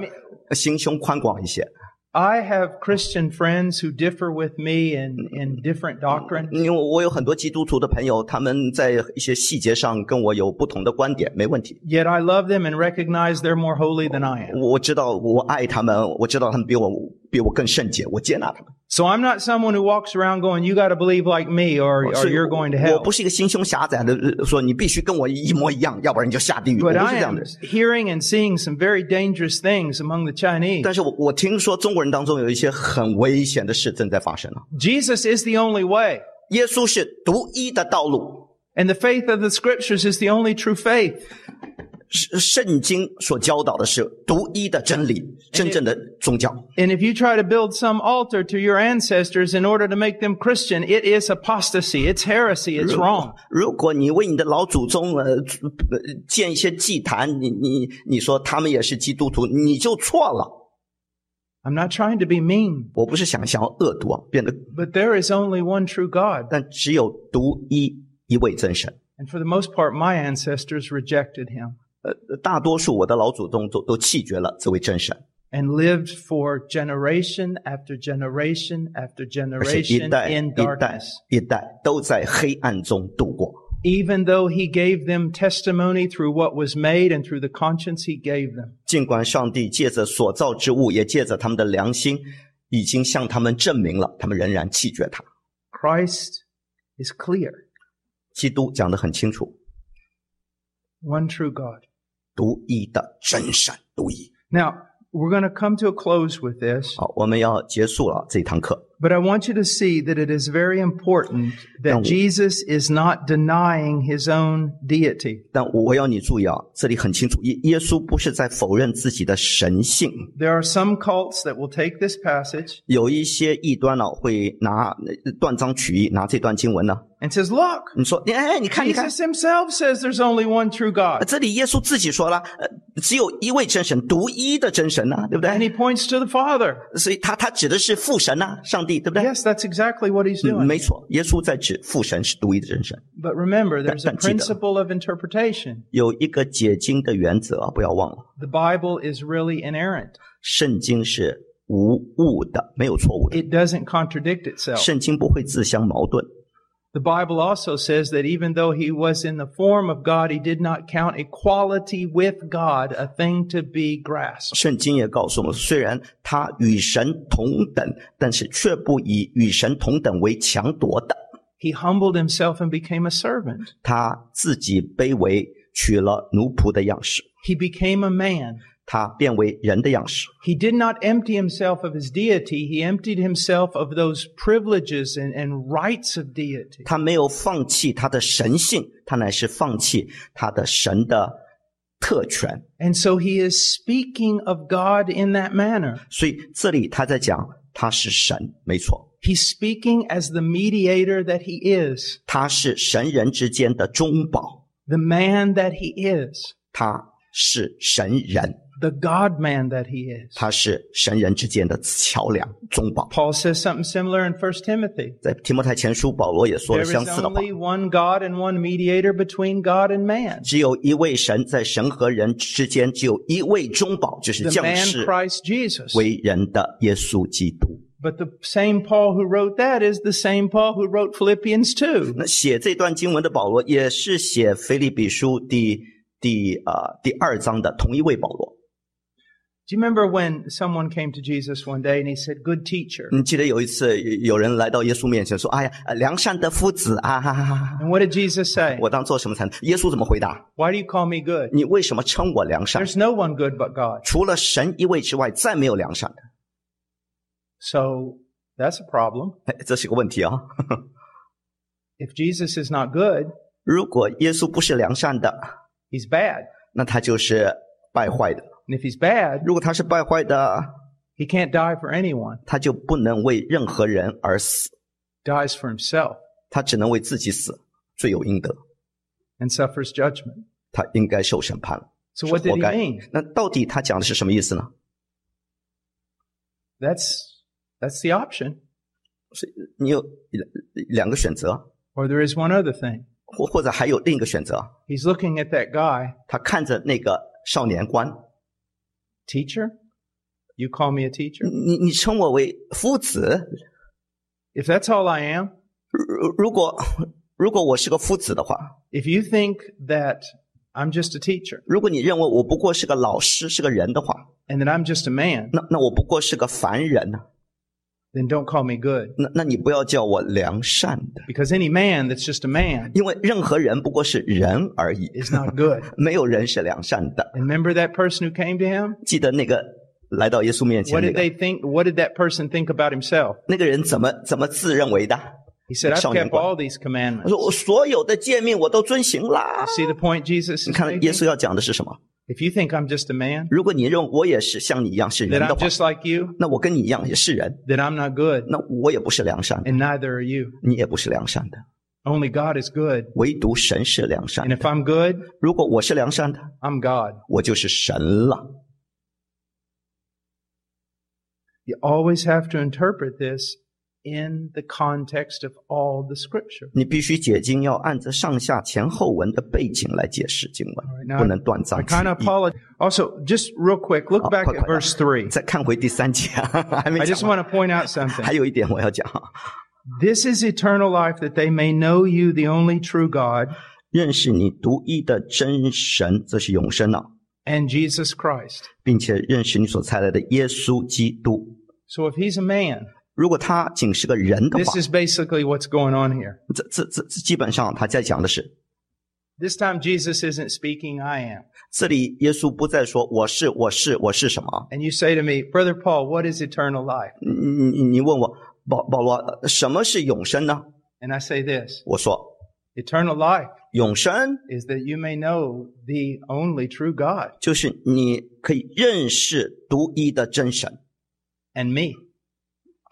Speaker 1: mean-
Speaker 2: 心胸宽广一些，
Speaker 1: I have Christian friends who differ with me in, in different doctrine.
Speaker 2: 因为我有很多基督徒的朋友，他们在一些细节上跟我有不同的观点，没问题。
Speaker 1: Yet I love them and recognize they're more holy than I am.
Speaker 2: 我我知道我爱他们，我知道他们比我比我更圣洁，我接纳他们。
Speaker 1: So I'm not someone who walks around going, you got to believe like me or,
Speaker 2: 所
Speaker 1: or
Speaker 2: 以
Speaker 1: you're going to
Speaker 2: 我
Speaker 1: hell.
Speaker 2: 不是一个心胸狭窄的，呃说你必须跟我一模一样，要不然你就下地狱。我不
Speaker 1: But
Speaker 2: 是
Speaker 1: I
Speaker 2: 这样
Speaker 1: am
Speaker 2: 的人。
Speaker 1: hearing and seeing some very dangerous things among the Chinese.
Speaker 2: 但是我我听说中国人当中有一些很危险的事正在发生了。
Speaker 1: Jesus is the only way.
Speaker 2: 耶稣是独一的道路，
Speaker 1: And the faith of the scriptures is the only true faith.
Speaker 2: 是圣经所教导的是独一的真理，真正的宗教。
Speaker 1: And if you try to build some altar to your ancestors in order to make them Christian, it is apostasy. It's heresy. It's wrong.
Speaker 2: 如果你为你的老祖宗呃呃建一些祭坛，你你你说他们也是基督徒，你就错了。
Speaker 1: I'm not trying to be mean,
Speaker 2: 我不是想想要恶毒啊，变得，
Speaker 1: but there is only one true God.
Speaker 2: 但只有独一一位真神。
Speaker 1: And for the most part, my ancestors rejected him
Speaker 2: 呃，大多数我的老祖宗都都弃绝了这位真神，
Speaker 1: and lived for generation after generation after
Speaker 2: 而且一
Speaker 1: generation
Speaker 2: 代
Speaker 1: in
Speaker 2: 一代
Speaker 1: darkness.
Speaker 2: 一代都在黑暗中度过。
Speaker 1: Even though he gave them testimony through what was made and through the conscience he gave them.
Speaker 2: 尽管上帝借着所造之物，也借着他们的良心，已经向他们证明了，他们仍然弃绝他。
Speaker 1: Christ is clear.
Speaker 2: 基督讲得很清楚，
Speaker 1: One true God.
Speaker 2: 独一的真神，独一。
Speaker 1: Now, we're going to come to a close with this,
Speaker 2: 好，我们要结束了这一堂课。
Speaker 1: but I want you to see that it is very important that
Speaker 2: Now-
Speaker 1: Jesus is not denying his own deity.
Speaker 2: 但我要你注意啊，这里很清楚，耶耶稣不是在否认自己的神性。
Speaker 1: There are some cults that will take this passage
Speaker 2: 有一些异端呢、会拿呃断章取义，拿这段经文呢，
Speaker 1: and says, look,
Speaker 2: 你说，哎，你看，你看，
Speaker 1: Jesus himself says there's only one true
Speaker 2: 呃
Speaker 1: God.
Speaker 2: 这里耶稣自己说了，呃，只有一位真神，独一的真神呐、啊对不
Speaker 1: And
Speaker 2: 对？
Speaker 1: he points to the Father.
Speaker 2: 所以他他指的是父神呐、上帝，对不对？
Speaker 1: Yes, that's exactly what he's
Speaker 2: 嗯
Speaker 1: doing.
Speaker 2: 没错，耶稣在指父神是独一的真神。
Speaker 1: But remember, there's a
Speaker 2: But- but-
Speaker 1: principle of interpretation.
Speaker 2: 有一个解经的原则啊，不要忘了，
Speaker 1: The Bible is really inerrant.
Speaker 2: 圣经是无误的，没有错误的。
Speaker 1: It doesn't contradict itself.
Speaker 2: 圣经不会自相矛盾。
Speaker 1: The Bible also says that even though he was in the form of God, he did not count equality with God a thing to be grasped.
Speaker 2: 圣经也告诉我们，虽然他与神同等，但是却不以与神同等为强夺的。
Speaker 1: He humbled himself and became a servant.
Speaker 2: 他自己卑微，取了奴仆的样式，
Speaker 1: He became a man.
Speaker 2: 他变为人的样式。
Speaker 1: He did not empty himself of his deity. He emptied himself of those privileges and, and rights of deity.
Speaker 2: 他没有放弃他的神性，他乃是放弃他的神的特权。
Speaker 1: And so he is speaking of God in that manner.
Speaker 2: 所以这里他在讲他是神，没错，
Speaker 1: He's speaking as the mediator that he is,
Speaker 2: 他是神人之间的中保，
Speaker 1: the man that he is,
Speaker 2: 他是神人，
Speaker 1: the God man that he is.
Speaker 2: 他是神人之间的桥梁中保。
Speaker 1: Paul says something similar in 1 Timothy.
Speaker 2: 在提摩太前书，保罗也说
Speaker 1: There
Speaker 2: 了
Speaker 1: is
Speaker 2: 相似的话。
Speaker 1: only one God and one mediator between God and man,
Speaker 2: 只有一位神，在神和人之间只有一位中保，就是
Speaker 1: the
Speaker 2: 降
Speaker 1: man
Speaker 2: 世
Speaker 1: Christ Jesus.
Speaker 2: 为人的耶稣基督。
Speaker 1: But the same Paul who wrote that is the same Paul who wrote Philippians 2.
Speaker 2: 那写这段经文的保罗，也是写《腓立比书第》第呃第二章的同一位保罗。
Speaker 1: Do you remember when someone came to Jesus one day and he said, Good teacher?
Speaker 2: 你记得有一次有人来到耶稣面前说：“哎呀，呃良善的夫子啊，哈哈哈哈
Speaker 1: And what did Jesus say?
Speaker 2: 我当做什么才能？”耶稣怎么回答？
Speaker 1: Why do you call me good?
Speaker 2: 你为什么称我良善？
Speaker 1: There's no one good but God.
Speaker 2: 除了神一位之外，再没有良善的。
Speaker 1: So that's a problem.
Speaker 2: 哎，这是个问题啊！
Speaker 1: If Jesus is not good,
Speaker 2: 如果耶稣不是良善的，
Speaker 1: he's bad.
Speaker 2: 那他就是败坏的；
Speaker 1: And if he's bad,
Speaker 2: 如果他是败坏的，
Speaker 1: he can't die for anyone,
Speaker 2: 他就不能为任何人而死，
Speaker 1: dies for himself
Speaker 2: 他只能为自己死，罪有应得，
Speaker 1: and suffers judgment.
Speaker 2: 他应该受审判了，
Speaker 1: So
Speaker 2: 是
Speaker 1: what did
Speaker 2: 活
Speaker 1: he
Speaker 2: 该
Speaker 1: mean?。
Speaker 2: 那到底他讲的是什么意思呢？
Speaker 1: That's, that's the option.
Speaker 2: 你有两两个选择，
Speaker 1: Or there is one other thing.
Speaker 2: 或或者还有另一个选择。
Speaker 1: He's looking at that guy.
Speaker 2: 他看着那个少年官，
Speaker 1: Teacher? You call me a teacher?
Speaker 2: 你你称我为夫子。
Speaker 1: If that's all I am,
Speaker 2: 如如果如果我是个夫子的话，
Speaker 1: if you think that I'm just a teacher
Speaker 2: 如果你认为我不过是个老师，是个人的话，
Speaker 1: and that I'm just a man,
Speaker 2: 那那我不过是个凡人呢、
Speaker 1: then don't call me good.
Speaker 2: 那那你不要叫我良善的，
Speaker 1: Because any man that's just a man
Speaker 2: 因为任何人不过是人而已，
Speaker 1: is not good.
Speaker 2: 没有人是良善的。
Speaker 1: And remember that person who came to him?
Speaker 2: 记得那个来到耶稣面
Speaker 1: What
Speaker 2: 前那
Speaker 1: did
Speaker 2: 个
Speaker 1: they think? What did that person think about himself?
Speaker 2: 那个人怎么怎么自认为的？
Speaker 1: He said, I've kept
Speaker 2: Showing what?
Speaker 1: all these
Speaker 2: 他
Speaker 1: commandments.
Speaker 2: 说我所有的诫命我都遵行啦。
Speaker 1: See the point Jesus
Speaker 2: 你
Speaker 1: is
Speaker 2: 看耶
Speaker 1: making?
Speaker 2: 稣要讲的是什么？
Speaker 1: If you think I'm just a man,
Speaker 2: 如果你认为我也是像你一样是人
Speaker 1: that
Speaker 2: 的
Speaker 1: I'm
Speaker 2: 话，
Speaker 1: just like you,
Speaker 2: 那我跟你一样也是人，
Speaker 1: then I'm not good.
Speaker 2: 那我也不是良善的，
Speaker 1: And neither are you.
Speaker 2: 你也不是良善的，
Speaker 1: Only God is good.
Speaker 2: 唯独神是良善
Speaker 1: And
Speaker 2: 的。
Speaker 1: if I'm good,
Speaker 2: 如果我是良善的，
Speaker 1: I'm God.
Speaker 2: 我就是神了。
Speaker 1: You always have to interpret this in the context of all the scripture.
Speaker 2: 你必须解经要按着上下前后文的背景来解释经
Speaker 1: Alright,
Speaker 2: 文，
Speaker 1: now
Speaker 2: 不能断章
Speaker 1: I
Speaker 2: 取
Speaker 1: kind of
Speaker 2: 义。
Speaker 1: apologize. Also, just real quick, look
Speaker 2: Oh,
Speaker 1: back
Speaker 2: quick,
Speaker 1: at
Speaker 2: quick.
Speaker 1: verse 3.
Speaker 2: 再看回第三节，啊还没
Speaker 1: I
Speaker 2: 讲
Speaker 1: just
Speaker 2: 完。
Speaker 1: want to point out something.
Speaker 2: 还有一点我要讲啊，
Speaker 1: This is eternal life that they may know you, the only true God,
Speaker 2: 认识你独一的真神，这是永生啊，
Speaker 1: and Jesus Christ.
Speaker 2: 并且认识你所差来的耶稣基督。
Speaker 1: So if he's a man,
Speaker 2: 如果他仅是个人的话
Speaker 1: this，is basically what's going on here.
Speaker 2: 这这这这基本上他在讲的是
Speaker 1: This time Jesus isn't speaking, I am.
Speaker 2: 这里耶稣不再说我是我是我是什么，
Speaker 1: And you say to me, Brother Paul, what is eternal life?
Speaker 2: 你你你问我保保罗呃什么是永生呢？
Speaker 1: And I say this,
Speaker 2: 我说
Speaker 1: eternal life
Speaker 2: 永生
Speaker 1: is that you may know the only true God
Speaker 2: 就是你可以认识独一的真神，
Speaker 1: and me.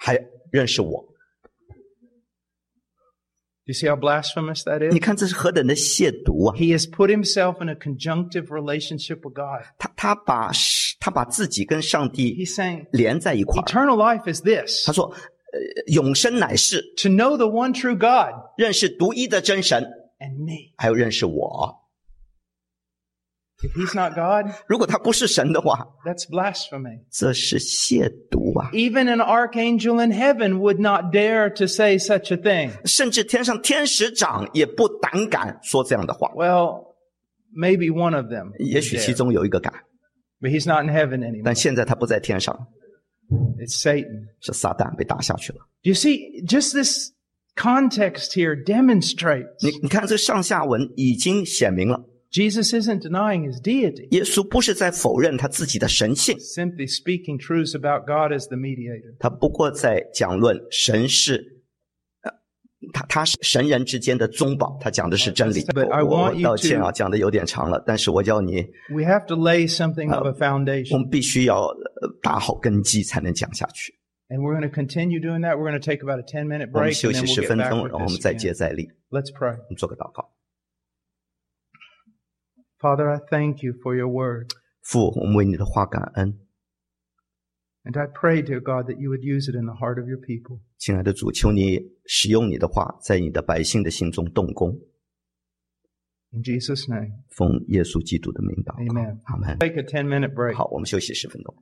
Speaker 2: 还认识我。
Speaker 1: You see how blasphemous that is?
Speaker 2: 你看这是何等的亵渎啊！
Speaker 1: He has put himself in a conjunctive relationship with God.
Speaker 2: 他他把他把自己跟上帝
Speaker 1: He's saying,
Speaker 2: 连在一块儿。
Speaker 1: eternal life is this
Speaker 2: 他说：“呃，永生乃是
Speaker 1: to know the one true God
Speaker 2: 认识独一的真神，
Speaker 1: and me.
Speaker 2: 还有认识我。
Speaker 1: If he's not God,
Speaker 2: 如果他不是神的话，
Speaker 1: that's blasphemy.
Speaker 2: 这是亵渎啊！
Speaker 1: Even an archangel in heaven would not dare to say such a thing.
Speaker 2: 甚至天上天使长也不胆敢说这样的话。
Speaker 1: Well, maybe one of them.
Speaker 2: 也许
Speaker 1: dare.
Speaker 2: 其中有一个敢，
Speaker 1: But he's not in heaven anymore.
Speaker 2: 但现在他不在天上，
Speaker 1: It's Satan.
Speaker 2: 是撒旦被打下去了。
Speaker 1: You see, just this context here demonstrates
Speaker 2: 你你看，这上下文已经显明了，
Speaker 1: Jesus isn't denying his deity,
Speaker 2: 耶稣不是在否认他自己的神性，
Speaker 1: simply speaking truths about God as the mediator.
Speaker 2: 他不过在讲论神是，呃他他是神人之间的中保，他讲的是真理。
Speaker 1: But I
Speaker 2: 我我
Speaker 1: want
Speaker 2: 我
Speaker 1: you
Speaker 2: 道歉
Speaker 1: to-
Speaker 2: 啊，讲的有点长了，但是我要你，
Speaker 1: We have to lay something of a
Speaker 2: 我
Speaker 1: foundation.
Speaker 2: 们必须要呃打好根基才能讲下去。
Speaker 1: And we're going to continue doing that. We're going to take about a 10 minute
Speaker 2: 我们
Speaker 1: break
Speaker 2: 休
Speaker 1: and
Speaker 2: 息
Speaker 1: then
Speaker 2: 十
Speaker 1: we'll
Speaker 2: 分
Speaker 1: get back
Speaker 2: 钟，然后我们
Speaker 1: with
Speaker 2: 再
Speaker 1: this
Speaker 2: 接
Speaker 1: again.
Speaker 2: 再厉。
Speaker 1: Let's pray.
Speaker 2: 我们做个祷告。
Speaker 1: Father, I thank you for your word.
Speaker 2: 父，我们为你的话感恩，
Speaker 1: And I pray, dear God, that you would use it in the heart of your people.
Speaker 2: 亲爱的主，求你使用你的话，在你的百姓的心中动工。
Speaker 1: In Jesus' name,
Speaker 2: 奉耶稣基督的名祷告
Speaker 1: Amen.，
Speaker 2: 阿门。
Speaker 1: take a 10 minute break.
Speaker 2: 好，我们休息十分钟。